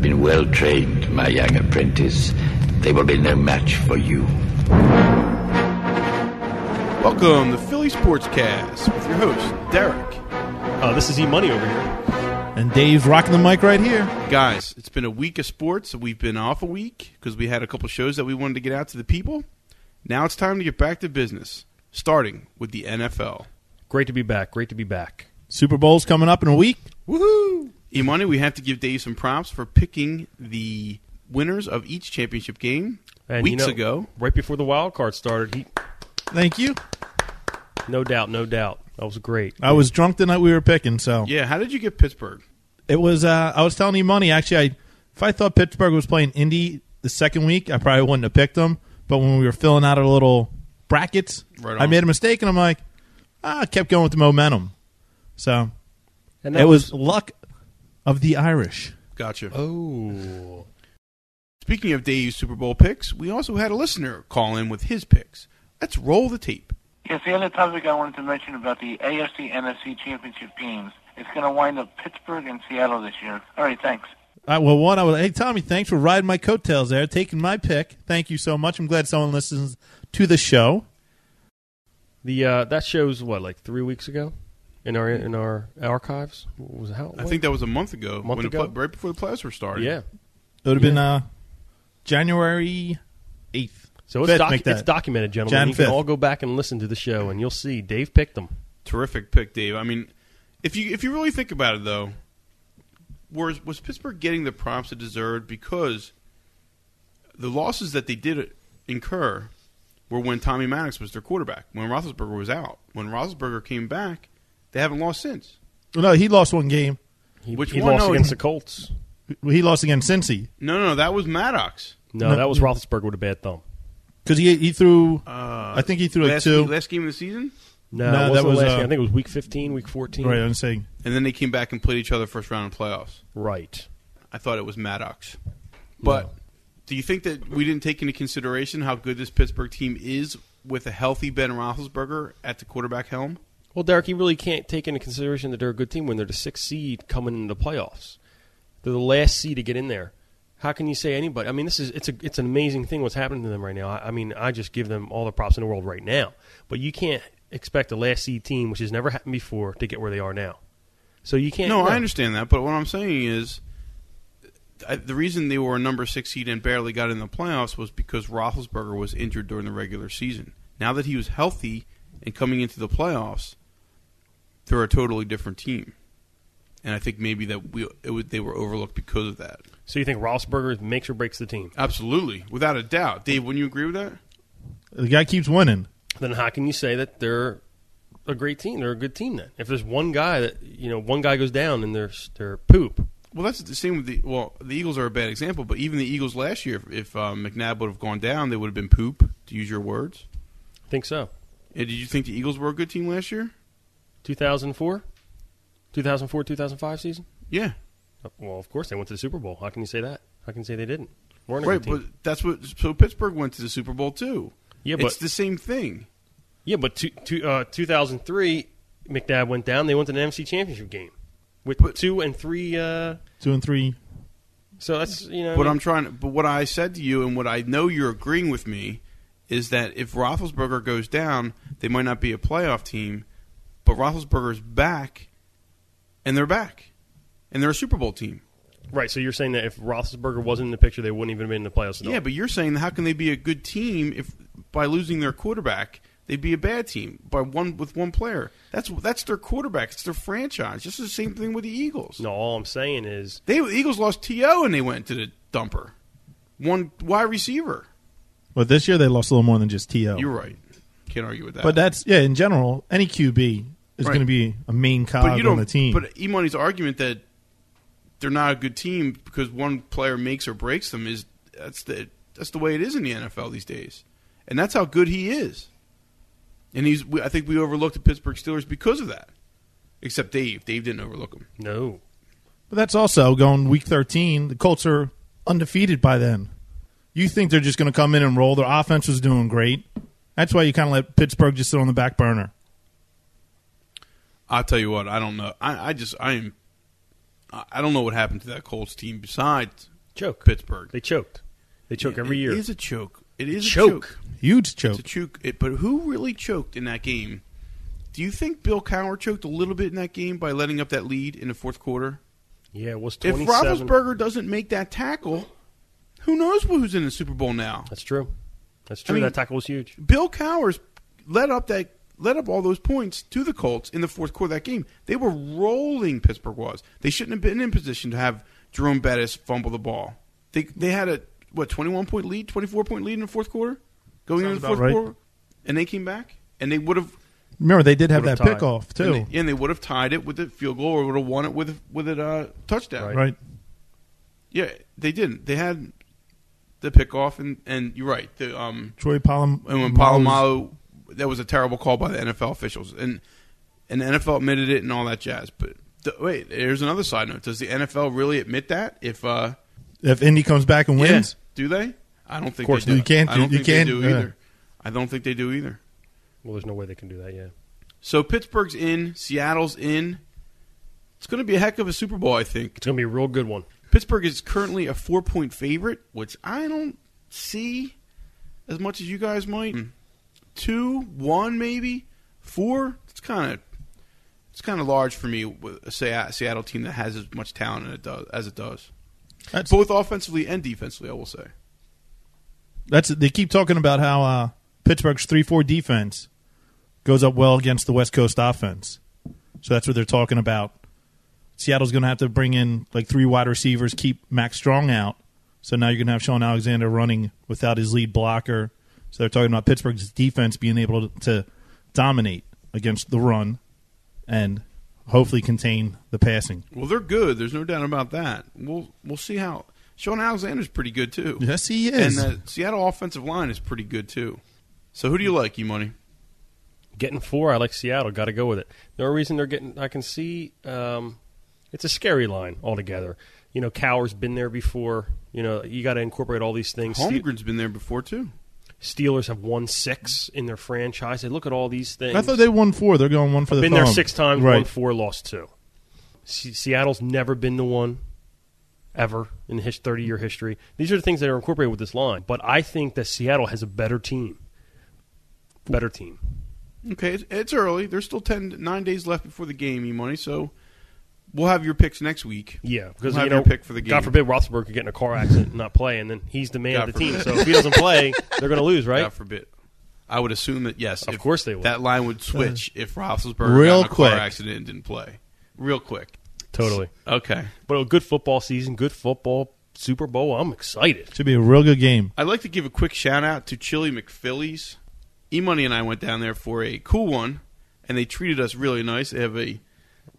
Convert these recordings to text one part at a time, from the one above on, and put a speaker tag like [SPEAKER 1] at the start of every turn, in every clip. [SPEAKER 1] been well trained, my young apprentice. They will be no match for you.
[SPEAKER 2] Welcome to Philly Sportscast with your host, Derek.
[SPEAKER 3] Uh, this is E Money over here.
[SPEAKER 4] And Dave's rocking the mic right here.
[SPEAKER 2] Guys, it's been a week of sports. We've been off a week because we had a couple shows that we wanted to get out to the people. Now it's time to get back to business, starting with the NFL.
[SPEAKER 3] Great to be back. Great to be back.
[SPEAKER 4] Super Bowl's coming up in a week.
[SPEAKER 2] Woohoo! Imani, we have to give Dave some props for picking the winners of each championship game
[SPEAKER 3] And you
[SPEAKER 2] weeks
[SPEAKER 3] know,
[SPEAKER 2] ago.
[SPEAKER 3] right before the wild card started, he
[SPEAKER 4] Thank you.
[SPEAKER 3] no doubt, no doubt, that was great.
[SPEAKER 4] I was drunk the night we were picking, so
[SPEAKER 2] Yeah, how did you get Pittsburgh?
[SPEAKER 4] it was. Uh, I was telling you money. Actually, I if I thought Pittsburgh was playing Indy the second week, I probably wouldn't have picked them. But when we were filling out our little brackets,
[SPEAKER 2] Right
[SPEAKER 4] I
[SPEAKER 2] on.
[SPEAKER 4] made a mistake, and I'm like, ah, I kept going with the momentum. So
[SPEAKER 3] And
[SPEAKER 4] it was luck of the Irish.
[SPEAKER 2] Gotcha.
[SPEAKER 3] oh,
[SPEAKER 2] Speaking of Dave's Super Bowl picks, we also had a listener call in with his picks. Let's roll the tape.
[SPEAKER 5] Yes, the other topic I wanted to mention about the AFC NFC Championship games. It's going to wind up Pittsburgh and Seattle this year. All right, thanks.
[SPEAKER 4] All right, well, one, I was, hey, Tommy, thanks for riding my coattails there, taking my pick. Thank you so much. I'm glad someone listens to the show.
[SPEAKER 3] the uh, that shows what like three weeks ago in our in our archives. What was how?
[SPEAKER 2] I think that was a month ago, when
[SPEAKER 3] Month
[SPEAKER 2] the
[SPEAKER 3] ago?
[SPEAKER 2] pla- right before the playoffs were started.
[SPEAKER 3] yeah.
[SPEAKER 4] It would have been uh, January 8th.
[SPEAKER 3] So it's,
[SPEAKER 4] Fifth,
[SPEAKER 3] docu-
[SPEAKER 4] make that.
[SPEAKER 3] it's documented, gentlemen.
[SPEAKER 4] Jan
[SPEAKER 3] you can
[SPEAKER 4] fifth.
[SPEAKER 3] all go back and listen to the show, and you'll see Dave picked them.
[SPEAKER 2] terrific pick, Dave. I mean, if you if you really think about it, though, was was Pittsburgh getting the props it deserved because the losses that they did incur were when Tommy Maddox was their quarterback, when Roethlisberger was out, when Roethlisberger came back, they haven't lost since.
[SPEAKER 4] Well, no, he lost one game.
[SPEAKER 3] He,
[SPEAKER 2] Which
[SPEAKER 3] he
[SPEAKER 2] one?
[SPEAKER 3] lost
[SPEAKER 2] No,
[SPEAKER 3] against
[SPEAKER 2] he-
[SPEAKER 3] the Colts.
[SPEAKER 4] He lost against Cincy
[SPEAKER 2] No, no, that was Maddox.
[SPEAKER 3] No,
[SPEAKER 4] No.
[SPEAKER 3] that was Roethlisberger with a bad thumb.
[SPEAKER 4] because he he threw.
[SPEAKER 2] Uh,
[SPEAKER 4] I think he threw like
[SPEAKER 2] last,
[SPEAKER 4] two.
[SPEAKER 2] last game of the season,
[SPEAKER 3] No,
[SPEAKER 4] No,
[SPEAKER 3] it
[SPEAKER 4] that
[SPEAKER 3] wasn't
[SPEAKER 4] was,
[SPEAKER 3] last
[SPEAKER 4] uh,
[SPEAKER 3] game. I think it was week fifteen, week fourteen.
[SPEAKER 4] right, I'm saying
[SPEAKER 2] and then they came back and played each other first round in playoffs.
[SPEAKER 3] Right.
[SPEAKER 2] I thought it was Maddox. But do you think that we didn't take into consideration how good this Pittsburgh team is with a healthy Ben Roethlisberger at the quarterback helm?
[SPEAKER 3] Well, Derek, you really can't take into consideration that they're a good team when they're the sixth seed coming into the playoffs. They're the last seed to get in there. How can you say anybody? I mean, this is it's a it's an amazing thing what's happening to them right now. I, I mean, I just give them all the props in the world right now. But you can't expect a last seed team, which has never happened before, to get where they are now. So you can't.
[SPEAKER 2] No, I understand that, but what I'm saying is I, the reason they were a number six seed and barely got in the playoffs was because Roethlisberger was injured during the regular season. Now that he was healthy and coming into the playoffs, they're a totally different team, and I think maybe that we it was, they were overlooked because of that.
[SPEAKER 3] So you think Roethlisberger makes or breaks the team?
[SPEAKER 2] Absolutely, without a doubt, Dave. Wouldn't you agree with that?
[SPEAKER 4] the guy keeps winning.
[SPEAKER 3] Then how can you say that they're a great team? They're a good team then. If there's one guy that you know, one guy goes down and they're they're poop.
[SPEAKER 2] Well, that's the same with the well. The Eagles are a bad example, but even the Eagles last year, if, if uh, McNabb would have gone down, they would have been poop, to use your words.
[SPEAKER 3] I think so.
[SPEAKER 2] And did you think the Eagles were a good team last year?
[SPEAKER 3] 2004? 2004, 2005 season?
[SPEAKER 2] Yeah,
[SPEAKER 3] Uh, Well, of course they went to the Super Bowl. How can you say that? How can you say they didn't? Weren't a
[SPEAKER 2] right.
[SPEAKER 3] good team.
[SPEAKER 2] But that's what. So Pittsburgh went to the Super Bowl too.
[SPEAKER 3] yeah, but
[SPEAKER 2] it's the same thing.
[SPEAKER 3] yeah, but two, two, uh, 2003, McNabb went down. They went to the NFC Championship game with
[SPEAKER 2] But-
[SPEAKER 3] two and three. Uh,
[SPEAKER 4] Two and three.
[SPEAKER 3] so that's you know.
[SPEAKER 2] But I'm trying. to- But what I said to you, and what I know you're agreeing with me, is that if Roethlisberger goes down, they might not be a playoff team. But Roethlisberger's back, and they're back, and they're a Super Bowl team.
[SPEAKER 3] right. So you're saying that if Roethlisberger wasn't in the picture, they wouldn't even have been in the playoffs. At all.
[SPEAKER 2] Yeah, but you're saying how can they be a good team if by losing their quarterback they'd be a bad team by one with one player? That's that's their quarterback. It's their franchise. Just the same thing with the Eagles.
[SPEAKER 3] no. All I'm saying is
[SPEAKER 2] They the Eagles lost To and they went to the dumper. One wide receiver.
[SPEAKER 4] But this year they lost a little more than just To.
[SPEAKER 2] You're right. Can't argue with that.
[SPEAKER 4] But that's yeah. In general, any QB is
[SPEAKER 2] Right.
[SPEAKER 4] going to be a main
[SPEAKER 2] But
[SPEAKER 4] cog
[SPEAKER 2] you don't.
[SPEAKER 4] on the team.
[SPEAKER 2] But Imani's argument that they're not a good team because one player makes or breaks them is that's the that's the way it is in the NFL these days, and that's how good he is. And he's we- I think we overlooked the Pittsburgh Steelers because of that. Except Dave. Dave didn't overlook him.
[SPEAKER 3] no.
[SPEAKER 4] But that's also going week 13. The Colts are undefeated by then. You think they're just going to come in and roll. Their offense was doing great. That's why you kind of let Pittsburgh just sit on the back burner.
[SPEAKER 2] I'll tell you what. I don't know. I, I just I am. I I don't know what happened to that Colts team besides
[SPEAKER 3] Choke.
[SPEAKER 2] Pittsburgh.
[SPEAKER 3] They choked. They choke every
[SPEAKER 2] It
[SPEAKER 3] year.
[SPEAKER 2] is a choke. It is a
[SPEAKER 3] Choke.
[SPEAKER 2] choke.
[SPEAKER 4] Huge choke.
[SPEAKER 2] to choke it, but who really choked in that game? Do you think Bill Cowher choked a little bit in that game by letting up that lead in the fourth quarter?
[SPEAKER 3] yeah, it was
[SPEAKER 2] If
[SPEAKER 3] 27.
[SPEAKER 2] Roethlisberger doesn't make that tackle, who knows who's in the Super Bowl now?
[SPEAKER 3] That's true. That's true.
[SPEAKER 2] mean-
[SPEAKER 3] that tackle was huge.
[SPEAKER 2] Bill Cowher's led up that led up all those points to the Colts in the fourth quarter of that game. They were rolling Pittsburgh was. They shouldn't have been in position to have Jerome Bettis fumble the ball. They they had a what twenty one point lead, twenty four point lead in the fourth quarter, going
[SPEAKER 4] Sounds
[SPEAKER 2] into the
[SPEAKER 4] about
[SPEAKER 2] fourth
[SPEAKER 4] right.
[SPEAKER 2] quarter, and they came back and they would have
[SPEAKER 4] Remember, they did have
[SPEAKER 3] Would've
[SPEAKER 4] that
[SPEAKER 3] tied.
[SPEAKER 4] pickoff too,
[SPEAKER 2] And they, and they would have tied it with a field goal or would have won it with with a uh, touchdown.
[SPEAKER 4] right?
[SPEAKER 2] Yeah, they didn't. They had the pickoff, and and you're right. The um
[SPEAKER 4] Troy Palom
[SPEAKER 2] and when Palomalu, that was a terrible call by the NFL officials, and and the NFL admitted it and all that jazz. But th- wait, there's another side note. Does the NFL really admit that? If uh,
[SPEAKER 4] if Indy comes back and wins,
[SPEAKER 2] yeah, do they? I don't think
[SPEAKER 4] course
[SPEAKER 2] they do.
[SPEAKER 4] not. You can't
[SPEAKER 2] I
[SPEAKER 4] do-
[SPEAKER 2] don't
[SPEAKER 4] you
[SPEAKER 2] think
[SPEAKER 4] can't-
[SPEAKER 2] they do
[SPEAKER 4] yeah.
[SPEAKER 2] either. I don't think they do either.
[SPEAKER 3] Well, there's no way they can do that. Yeah.
[SPEAKER 2] So Pittsburgh's in, Seattle's in. It's going to be a heck of a Super Bowl, I think.
[SPEAKER 3] It's going to be a real good one.
[SPEAKER 2] Pittsburgh is currently a four point favorite, which I don't see as much as you guys might.
[SPEAKER 4] Hmm.
[SPEAKER 2] Two, one, maybe four. It's kind of it's kind of large for me. with a Sea- Seattle team that has as much talent as it does. As it does.
[SPEAKER 4] That's-
[SPEAKER 2] both offensively and defensively. I will say.
[SPEAKER 4] that's they keep talking about how uh, Pittsburgh's three four defense goes up well against the West Coast offense. So that's what they're talking about. Seattle's going to have to bring in like three wide receivers, keep Max Strong out. So now you're going to have Sean Alexander running without his lead blocker. So they're talking about Pittsburgh's defense being able to, to dominate against the run and hopefully contain the passing.
[SPEAKER 2] Well, they're good. There's no doubt about that. We'll we'll see how Sean Alexander's pretty good too.
[SPEAKER 4] Yes, he
[SPEAKER 2] and the Seattle offensive line is pretty good too. So who do you like, you money?
[SPEAKER 3] Getting four, I like Seattle. Got to go with it. The only reason they're getting, I can see, um, it's a scary line altogether. You know, Cowher's been there before. You know, you got to incorporate all these things. Ste-
[SPEAKER 2] Holmgren's been there before too.
[SPEAKER 3] Steelers have won six in their franchise. They look at all these things.
[SPEAKER 4] I thought they won four. They're going one for the
[SPEAKER 3] been there
[SPEAKER 4] thumb.
[SPEAKER 3] six times,
[SPEAKER 4] Right.
[SPEAKER 3] won four, lost two. Se- Seattle's never been the one ever in his 30 year history. These are the things that are incorporated with this line. But I think that Seattle has a better team. Better team.
[SPEAKER 2] Okay, it's, it's early. There's still ten nine days left before the game, E Money. So we'll have your picks next week.
[SPEAKER 3] Yeah,
[SPEAKER 2] We'll
[SPEAKER 3] because
[SPEAKER 2] have
[SPEAKER 3] you know,
[SPEAKER 2] your pick for the game.
[SPEAKER 3] God forbid Roethlisberger could get in a car accident and not play, and then he's the man
[SPEAKER 2] God
[SPEAKER 3] of the team.
[SPEAKER 2] forbid.
[SPEAKER 3] So if he doesn't play, they're going to lose, right?
[SPEAKER 2] God forbid. I would assume that yes.
[SPEAKER 3] Of
[SPEAKER 2] if-
[SPEAKER 3] course they would. Uh,
[SPEAKER 2] That line would switch if Roethlisberger got
[SPEAKER 4] Real
[SPEAKER 2] in a
[SPEAKER 4] quick.
[SPEAKER 2] car accident and didn't play. Real quick.
[SPEAKER 3] Totally.
[SPEAKER 2] Okay.
[SPEAKER 3] But a good football season, good football Super Bowl. I'm excited.
[SPEAKER 4] Should be a real good game.
[SPEAKER 2] I'd like to give a quick shout out to Chili McPhillies. E Money and I went down there for a cool one, and they treated us really nice. They have a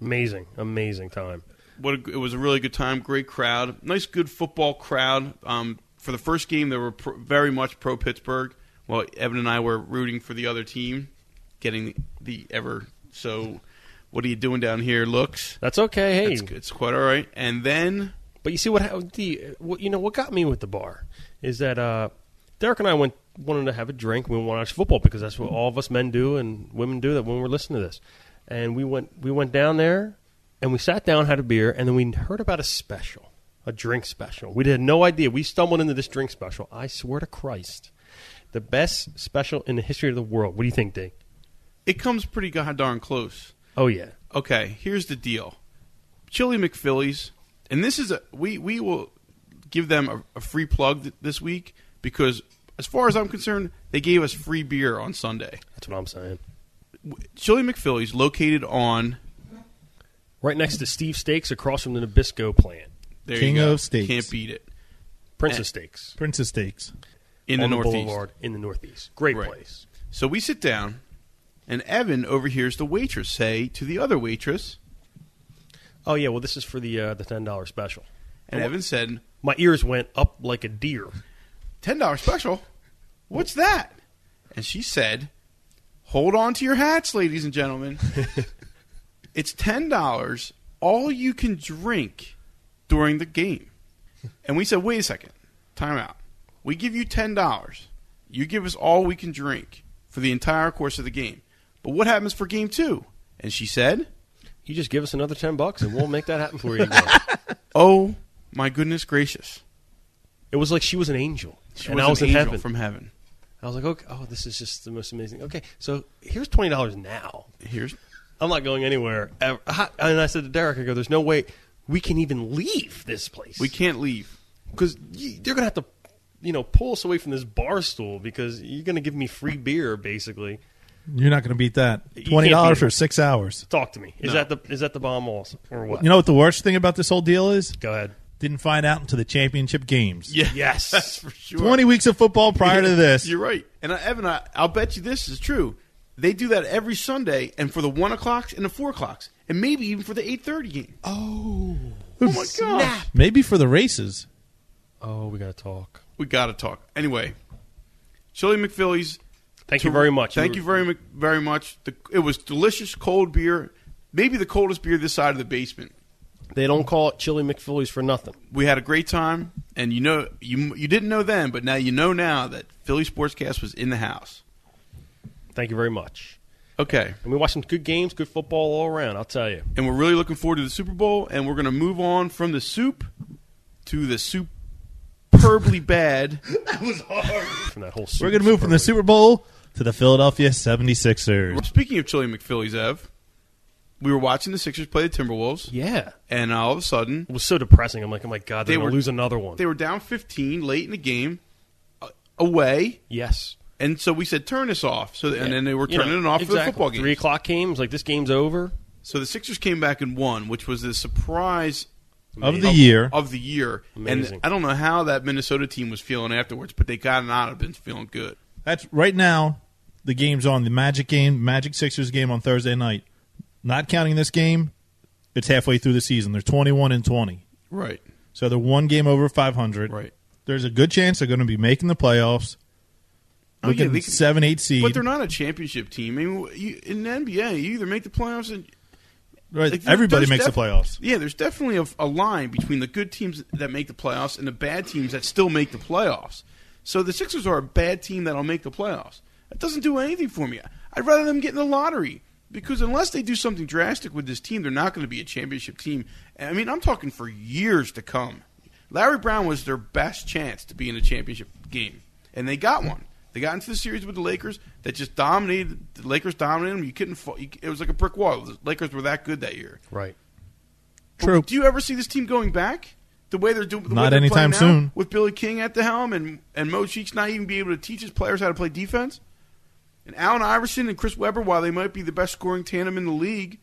[SPEAKER 3] Amazing, amazing time.
[SPEAKER 2] what a, it was a really good time. Great crowd, nice, good football crowd. Um, for the first game, they were pro, very much pro Pittsburgh. While Evan and I were rooting for the other team, getting the ever so. What are you doing down here? Looks
[SPEAKER 3] That's okay. Hey,
[SPEAKER 2] it's, it's quite all right. And then
[SPEAKER 3] But you see what hap- the what you know what got me with the bar is that uh, Derek and I went wanted to have a drink. We wanted to watch football because that's what all of us men do and women do that when we're listening to this. And we went we went down there and we sat down, had a beer, and then we heard about a special, a drink special. We had no idea. We stumbled into this drink special. I swear to Christ, the best special in the history of the world. What do you think, Dave?
[SPEAKER 2] it comes pretty god darn close.
[SPEAKER 3] Oh yeah,
[SPEAKER 2] okay, here's the deal. Chili McPhillies, and this is a we we will give them a, a free plug th- this week because as far as I'm concerned, they gave us free beer on Sunday.
[SPEAKER 3] that's what I'm saying.
[SPEAKER 2] Chili McPhillies located on
[SPEAKER 3] Right next to Steve Steaks, across from the Nabisco plant,
[SPEAKER 2] there
[SPEAKER 4] King
[SPEAKER 2] you go.
[SPEAKER 4] of Steaks.
[SPEAKER 2] Can't beat it
[SPEAKER 3] Princess Steaks.
[SPEAKER 4] Princess Stakes.
[SPEAKER 2] in
[SPEAKER 3] on
[SPEAKER 2] the northeast.
[SPEAKER 3] Boulevard in the Northeast. Great
[SPEAKER 2] Right.
[SPEAKER 3] place.
[SPEAKER 2] So we sit down, and Evan overhears the waitress say to the other waitress,
[SPEAKER 3] Oh yeah, well this is for the uh, the ten dollar special.
[SPEAKER 2] and Evan said,
[SPEAKER 3] My ears went up like a deer.
[SPEAKER 2] ten dollar special. What's that? And she said, "Hold on to your hats, ladies and gentlemen. it's ten dollars, all you can drink during the game." And we said, "Wait a second, time out. We give you ten dollars. You give us all we can drink for the entire course of the game. But what happens for game two? And she said,
[SPEAKER 3] You just give us another ten bucks and we'll make that happen for you. Again.
[SPEAKER 2] "Oh my goodness gracious."
[SPEAKER 3] It was like she was an angel,
[SPEAKER 2] She
[SPEAKER 3] and
[SPEAKER 2] was
[SPEAKER 3] I was
[SPEAKER 2] an
[SPEAKER 3] in
[SPEAKER 2] angel
[SPEAKER 3] heaven.
[SPEAKER 2] from heaven.
[SPEAKER 3] I was like, okay, oh, this is just the most amazing. Okay, so here's twenty dollars now.
[SPEAKER 2] Here's
[SPEAKER 3] I'm not going anywhere. ever. How- And I said to Derek, I go, there's no way we can even leave this place.
[SPEAKER 2] we can't leave.
[SPEAKER 3] because they're gonna have to, you know, pull us away from this bar stool because you're gonna give me free beer basically.
[SPEAKER 4] You're not going to beat that.
[SPEAKER 3] You can't
[SPEAKER 4] Twenty dollars
[SPEAKER 3] beat it.
[SPEAKER 4] for six hours.
[SPEAKER 3] Talk to me.
[SPEAKER 2] No.
[SPEAKER 3] Is that the is that the bomb walls or what?
[SPEAKER 4] You know what the worst thing about this whole deal is?
[SPEAKER 3] Go ahead.
[SPEAKER 4] Didn't find out until the championship games.
[SPEAKER 2] Yeah,
[SPEAKER 3] Yes.
[SPEAKER 2] that's for sure.
[SPEAKER 4] Twenty weeks of football prior to this.
[SPEAKER 2] You're right. And I, Evan, I, I'll bet you this is true. They do that every Sunday, and for the one o'clocks and the four o'clocks, and maybe even for the eight thirty game. Oh my gosh,
[SPEAKER 4] Maybe for the races.
[SPEAKER 3] Oh, we gotta talk.
[SPEAKER 2] we got to talk. Anyway, Chili McPhillies.
[SPEAKER 3] Thank
[SPEAKER 2] to-
[SPEAKER 3] you very much.
[SPEAKER 2] Thank you very mu- very much. The, it was delicious cold beer, maybe the coldest beer this side of the basement.
[SPEAKER 3] They don't call it chili McPhillies for nothing.
[SPEAKER 2] We had a great time, and you know you you didn't know then, but now you know now that Philly Sportscast was in the house.
[SPEAKER 3] Thank you very much.
[SPEAKER 2] Okay.
[SPEAKER 3] And we watched some good games, good football all around. I'll tell you.
[SPEAKER 2] and we're really looking forward to the Super Bowl. And we're going to move on from the soup to the superbly bad.
[SPEAKER 3] From that whole. Super
[SPEAKER 4] We're going to move from the Super Bowl to the Philadelphia 76ers.
[SPEAKER 2] Speaking of Chili McPhillies, Ev, we were watching the Sixers play the Timberwolves,
[SPEAKER 3] Yeah.
[SPEAKER 2] and all of a sudden
[SPEAKER 3] It was so depressing. I'm like, oh my god, they're
[SPEAKER 2] They
[SPEAKER 3] gonna
[SPEAKER 2] were-
[SPEAKER 3] lose another one.
[SPEAKER 2] they were down 15 late in the game, uh, away,
[SPEAKER 3] yes.
[SPEAKER 2] and so we said turn this off. So and then they were
[SPEAKER 3] You
[SPEAKER 2] turning
[SPEAKER 3] know,
[SPEAKER 2] it off for
[SPEAKER 3] exactly.
[SPEAKER 2] the football game.
[SPEAKER 3] Three o'clock game. It's like this game's over.
[SPEAKER 2] So the Sixers came back and won, which was the surprise
[SPEAKER 4] Of the year.
[SPEAKER 2] of the year.
[SPEAKER 3] Amazing.
[SPEAKER 2] And I don't know how that Minnesota team was feeling afterwards, but they got out of been feeling good.
[SPEAKER 4] That's right now. The game's on the Magic game, Magic Sixers game on Thursday night. Not counting this game, it's halfway through the season. They're 21 and 20.
[SPEAKER 2] Right.
[SPEAKER 4] So they're one game over 500.
[SPEAKER 2] Right.
[SPEAKER 4] There's a good chance they're going to be making the playoffs.
[SPEAKER 2] Oh,
[SPEAKER 4] Looking
[SPEAKER 2] yeah, they could-
[SPEAKER 4] seven, eight seed.
[SPEAKER 2] But they're not a championship team. I mean, you, in the NBA, you either make the playoffs and
[SPEAKER 4] Right,
[SPEAKER 2] like, there-
[SPEAKER 4] Everybody
[SPEAKER 2] there's
[SPEAKER 4] makes
[SPEAKER 2] defi-
[SPEAKER 4] the playoffs.
[SPEAKER 2] Yeah, there's definitely a, a line between the good teams that make the playoffs and the bad teams that still make the playoffs. So the Sixers are a bad team that'll make the playoffs. That doesn't do anything for me. I'd rather them get in the lottery because unless they do something drastic with this team, they're not going to be a championship team. I mean, I'm talking for years to come. Larry Brown was their best chance to be in a championship game, and they got one. They got into the series with the Lakers that just dominated. The Lakers dominated them. You couldn't. fa- You, it was like a brick wall. The Lakers were that good that year.
[SPEAKER 3] Right.
[SPEAKER 4] True.
[SPEAKER 2] Do you ever see this team going back? The way they're doing, the way
[SPEAKER 4] Not
[SPEAKER 2] they're
[SPEAKER 4] anytime
[SPEAKER 2] playing now,
[SPEAKER 4] soon.
[SPEAKER 2] With Billy King at the helm and and Mo Cheeks not even be able to teach his players how to play defense, and Allen Iverson and Chris Webber, while they might be the best scoring tandem in the league,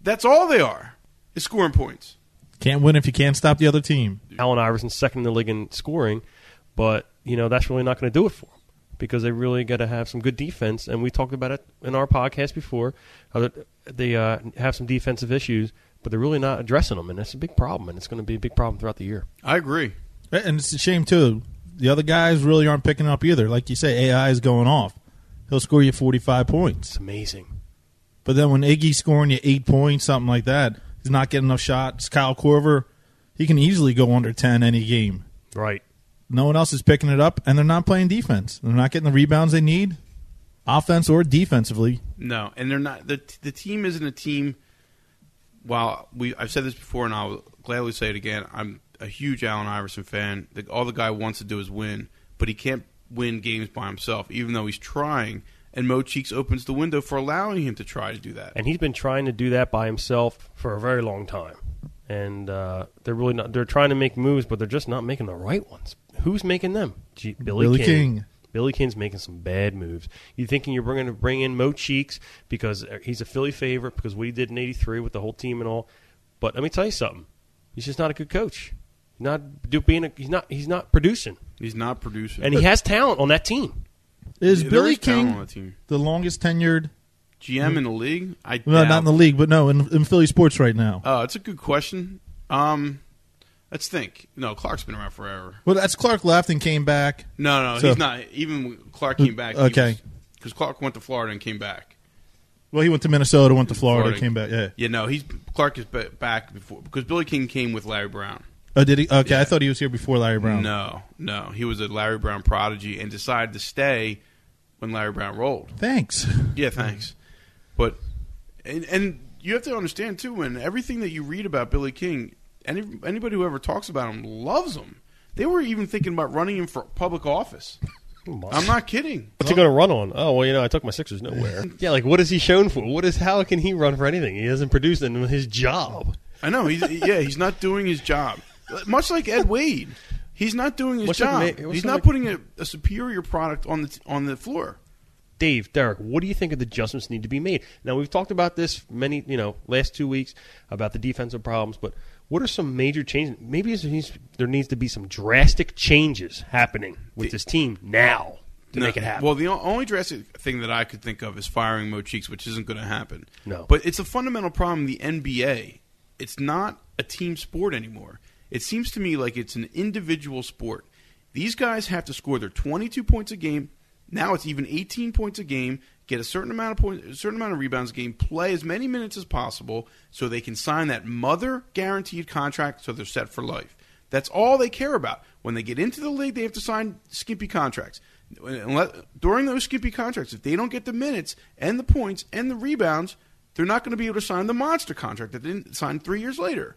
[SPEAKER 2] that's all they are is scoring points.
[SPEAKER 4] Can't win if you can't stop the other team.
[SPEAKER 3] Allen Iverson's second in the league in scoring, but you know that's really not going to do it for him because they really got to have some good defense. And we talked about it in our podcast before. How that they uh, have some defensive issues, but they're really not addressing them, and that's a big problem. And it's going to be a big problem throughout the year.
[SPEAKER 2] I agree.
[SPEAKER 4] And it's a shame too. The other guys really aren't picking up either. Like you say, AI is going off. He'll score you forty five points,
[SPEAKER 3] It's amazing.
[SPEAKER 4] but then when Iggy's scoring you eight points, something like that, he's not getting enough shots. Kyle Corver, he can easily go under ten any game.
[SPEAKER 3] Right.
[SPEAKER 4] No one else is picking it up, and they're not playing defense. They're not getting the rebounds they need, offense or defensively.
[SPEAKER 2] No, and they're not. the The team isn't a team. While we, I've said this before, and I'll gladly say it again. I'm a huge Allen Iverson fan. The, all the guy wants to do is win, but he can't win games by himself, even though he's trying. And Mo Cheeks opens the window for allowing him to try to do that.
[SPEAKER 3] And he's been trying to do that by himself for a very long time. And uh, they're really not. They're trying to make moves, but they're just not making the right ones. Who's making them? Gee, Billy,
[SPEAKER 4] Billy
[SPEAKER 3] King.
[SPEAKER 4] King.
[SPEAKER 3] Billy King's making some bad moves. You thinking you're going to bring in Mo Cheeks because uh, he's a Philly favorite because what he did in '83 with the whole team and all. But let me tell you something. He's just not a good coach. He's not do, being. A, he's not. He's not producing,
[SPEAKER 2] He's not producing.
[SPEAKER 3] and he has talent on that team.
[SPEAKER 4] Is
[SPEAKER 2] Yeah, there
[SPEAKER 4] Billy
[SPEAKER 2] is talent
[SPEAKER 4] King
[SPEAKER 2] on the team.
[SPEAKER 4] the longest tenured?
[SPEAKER 2] GM in the league? I
[SPEAKER 4] Well,
[SPEAKER 2] doubt.
[SPEAKER 4] not in the league, but no, in, in Philly sports right now.
[SPEAKER 2] Uh, it's a good question. Um, let's think. No, Clark's been around forever.
[SPEAKER 4] Well, that's Clark left and came back.
[SPEAKER 2] No, no,
[SPEAKER 4] So-
[SPEAKER 2] he's not. Even when Clark came back.
[SPEAKER 4] Okay.
[SPEAKER 2] because Clark went to Florida and came back.
[SPEAKER 4] Well, he went to Minnesota, went to Florida,
[SPEAKER 2] Florida.
[SPEAKER 4] came back. Yeah.
[SPEAKER 2] Yeah, no, he's Clark is ba- back before because Billy King came with Larry Brown.
[SPEAKER 4] Oh, did he? Okay,
[SPEAKER 2] Yeah.
[SPEAKER 4] I thought he was here before Larry Brown.
[SPEAKER 2] No, no, he was a Larry Brown prodigy and decided to stay when Larry Brown rolled.
[SPEAKER 4] Thanks.
[SPEAKER 2] Yeah,
[SPEAKER 4] Mm-hmm.
[SPEAKER 2] thanks. But and and you have to understand too, and everything that you read about Billy King, any anybody who ever talks about him loves him. They were even thinking about running him for public office. I'm not kidding.
[SPEAKER 3] What's he going to run on? Oh well, you know, I took my Sixers nowhere. yeah, like what is he shown for? What is? How can he run for anything? He hasn't produced in his job.
[SPEAKER 2] I know. He's, yeah, he's not doing his job. Much like Ed Wade, he's not doing his
[SPEAKER 3] What's
[SPEAKER 2] job.
[SPEAKER 3] like Ma- what's
[SPEAKER 2] he's
[SPEAKER 3] like-
[SPEAKER 2] not putting a, a superior product on the t- on the floor.
[SPEAKER 3] Dave, Derek, what do you think of the adjustments need to be made? Now we've talked about this many, you know, last two weeks about the defensive problems, but what are some major changes? Maybe there needs, there needs to be some drastic changes happening with this team now to
[SPEAKER 2] No.
[SPEAKER 3] make it happen.
[SPEAKER 2] Well, the o- only drastic thing that I could think of is firing Mo Cheeks, which isn't going to happen.
[SPEAKER 3] No.
[SPEAKER 2] But it's a fundamental problem in the NBA. It's not a team sport anymore. It seems to me like it's an individual sport. These guys have to score their 22 points a game. Now it's even 18 points a game. Get a certain amount of points, a certain amount of rebounds a game. Play as many minutes as possible, so they can sign that mother guaranteed contract, so they're set for life. That's all they care about. When they get into the league, they have to sign skimpy contracts. Unless, during those skimpy contracts, if they don't get the minutes and the points and the rebounds, they're not going to be able to sign the monster contract that they didn't sign three years later.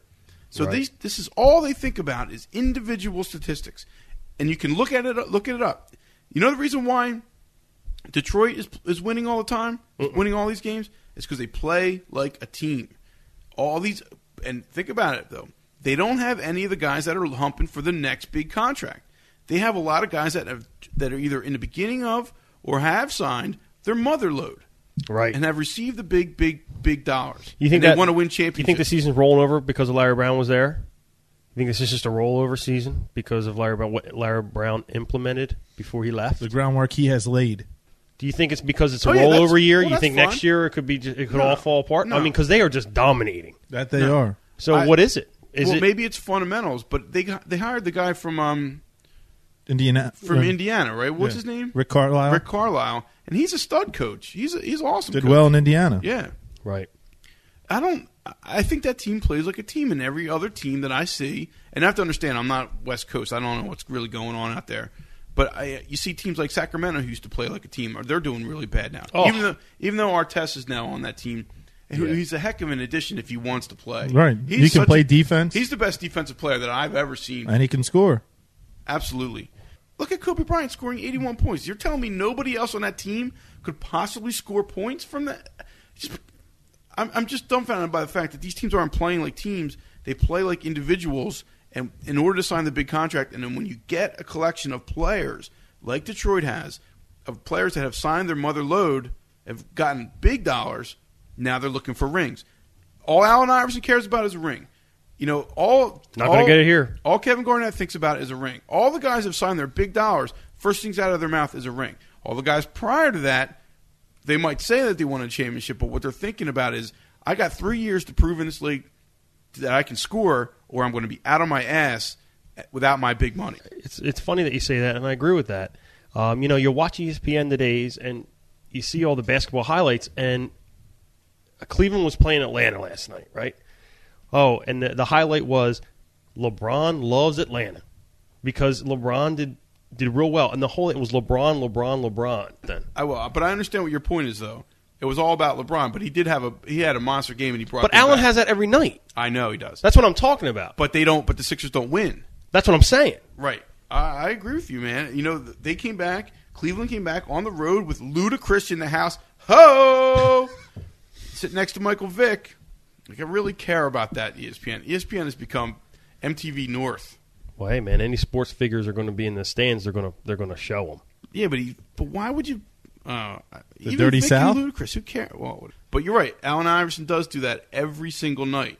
[SPEAKER 2] So these, this is all they think about is individual statistics, and you can look at it look at it up. You know the reason why Detroit is is winning all the time, is winning all these games, is because they play like a team. All these, and think about it though, they don't have any of the guys that are humping for the next big contract. They have a lot of guys that have that are either in the beginning of or have signed their mother load,
[SPEAKER 3] Right.
[SPEAKER 2] and have received the big, big, big dollars.
[SPEAKER 3] you think
[SPEAKER 2] and they
[SPEAKER 3] that-
[SPEAKER 2] want to win
[SPEAKER 3] You
[SPEAKER 2] championships?
[SPEAKER 3] think the season's rolling over because of Larry Brown was there? You think this is just a rollover season because of Larry Brown, what Larry Brown implemented before he left?
[SPEAKER 4] The groundwork he has laid.
[SPEAKER 3] Do you think it's because it's a
[SPEAKER 2] Oh, yeah, that's-
[SPEAKER 3] rollover year?
[SPEAKER 2] well,
[SPEAKER 3] you
[SPEAKER 2] that's
[SPEAKER 3] think next
[SPEAKER 2] fine.
[SPEAKER 3] year it could be just, it could
[SPEAKER 2] No.
[SPEAKER 3] all fall apart? I
[SPEAKER 2] No.
[SPEAKER 3] mean, because they are just dominating.
[SPEAKER 4] That they are.
[SPEAKER 3] So
[SPEAKER 2] I-
[SPEAKER 3] what is it? Is
[SPEAKER 2] well,
[SPEAKER 3] it
[SPEAKER 2] maybe it's fundamentals, but they got, they hired the guy from um
[SPEAKER 4] Indiana
[SPEAKER 2] from
[SPEAKER 4] uh,
[SPEAKER 2] Indiana, right? What's
[SPEAKER 4] yeah.
[SPEAKER 2] his name?
[SPEAKER 4] Rick Carlisle
[SPEAKER 2] Rick Carlisle, and he's a stud coach. He's a, he's awesome.
[SPEAKER 4] did
[SPEAKER 2] coach.
[SPEAKER 4] well in Indiana.
[SPEAKER 2] Yeah,
[SPEAKER 3] right?
[SPEAKER 2] I don't. I think that team plays like a team, and every other team that I see, and I have to understand, I'm not West Coast. I don't know what's really going on out there. But I, you see teams like Sacramento who used to play like a team. They're doing really bad now.
[SPEAKER 3] Oh.
[SPEAKER 2] Even though even though Artest is now on that team, and who- he's a heck of an addition if he wants to play.
[SPEAKER 4] Right.
[SPEAKER 2] He's
[SPEAKER 4] He can
[SPEAKER 2] such
[SPEAKER 4] play
[SPEAKER 2] a-
[SPEAKER 4] defense.
[SPEAKER 2] He's the best defensive player that I've ever seen.
[SPEAKER 4] and he can score.
[SPEAKER 2] Absolutely. Look at Kobe Bryant scoring 81 points. You're telling me nobody else on that team could possibly score points from that? Just- I'm, I'm just dumbfounded by the fact that these teams aren't playing like teams. They play like individuals and in order to sign the big contract. And then when you get a collection of players like Detroit has, of players that have signed their mother load, have gotten big dollars, now they're looking for rings. All Allen Iverson cares about is a ring. You know, all
[SPEAKER 3] Not gonna
[SPEAKER 2] all-
[SPEAKER 3] get it here.
[SPEAKER 2] all Kevin Garnett thinks about is a ring. All the guys have signed their big dollars. First things out of their mouth is a ring. All the guys prior to that, they might say that they won a championship, but what they're thinking about is, I got three years to prove in this league that I can score, or I'm going to be out of my ass without my big money.
[SPEAKER 3] It's it's funny that you say that, and I agree with that. Um, you know, you're watching ESPN today's, and you see all the basketball highlights, and Cleveland was playing Atlanta last night, right? Oh, and the, the highlight was LeBron loves Atlanta because LeBron did did real well, and the whole it was LeBron, LeBron, LeBron. Then
[SPEAKER 2] I will, but I understand what your point is, though. It was all about LeBron, but he did have a he had a monster game, and he brought.
[SPEAKER 3] But
[SPEAKER 2] them
[SPEAKER 3] Allen
[SPEAKER 2] back.
[SPEAKER 3] has that every night.
[SPEAKER 2] I know he does.
[SPEAKER 3] That's what I'm talking about.
[SPEAKER 2] but they don't. But the Sixers don't win.
[SPEAKER 3] That's what I'm saying.
[SPEAKER 2] Right. I, I agree with you, man. You know, th- they came back. Cleveland came back on the road with Ludacris in the house. Ho! Sitting next to Michael Vick. Like, I really care about that, E ESPN. ESPN has become MTV North.
[SPEAKER 3] Well, hey, man, any sports figures are going to be in the stands. They're going to they're going to show them.
[SPEAKER 2] Yeah, but he, but why would you? Uh,
[SPEAKER 4] The Dirty
[SPEAKER 2] Vic and
[SPEAKER 4] South?
[SPEAKER 2] Ludacris. Who cares? Well, but you're right. Allen Iverson does do that every single night,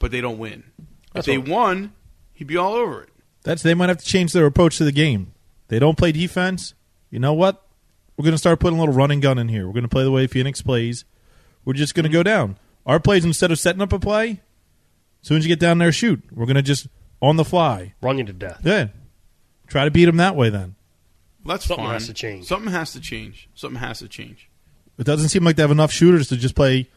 [SPEAKER 2] but they don't win.
[SPEAKER 3] That's
[SPEAKER 2] if they
[SPEAKER 3] what-
[SPEAKER 2] won, he'd be all over it.
[SPEAKER 4] That's they might have to change their approach to the game. They don't play defense. You know what? We're going to start putting a little run and gun in here. We're going to play the way Phoenix plays. We're just going to go down. Our plays instead of setting up a play, as soon as you get down there, shoot. We're going to just on the fly.
[SPEAKER 3] Run you to death.
[SPEAKER 4] Yeah. Try to beat them that way. Then
[SPEAKER 2] That's
[SPEAKER 3] Something
[SPEAKER 2] fine.
[SPEAKER 3] has to change.
[SPEAKER 2] Something has to change. Something has to change.
[SPEAKER 4] it doesn't seem like they have enough shooters to just play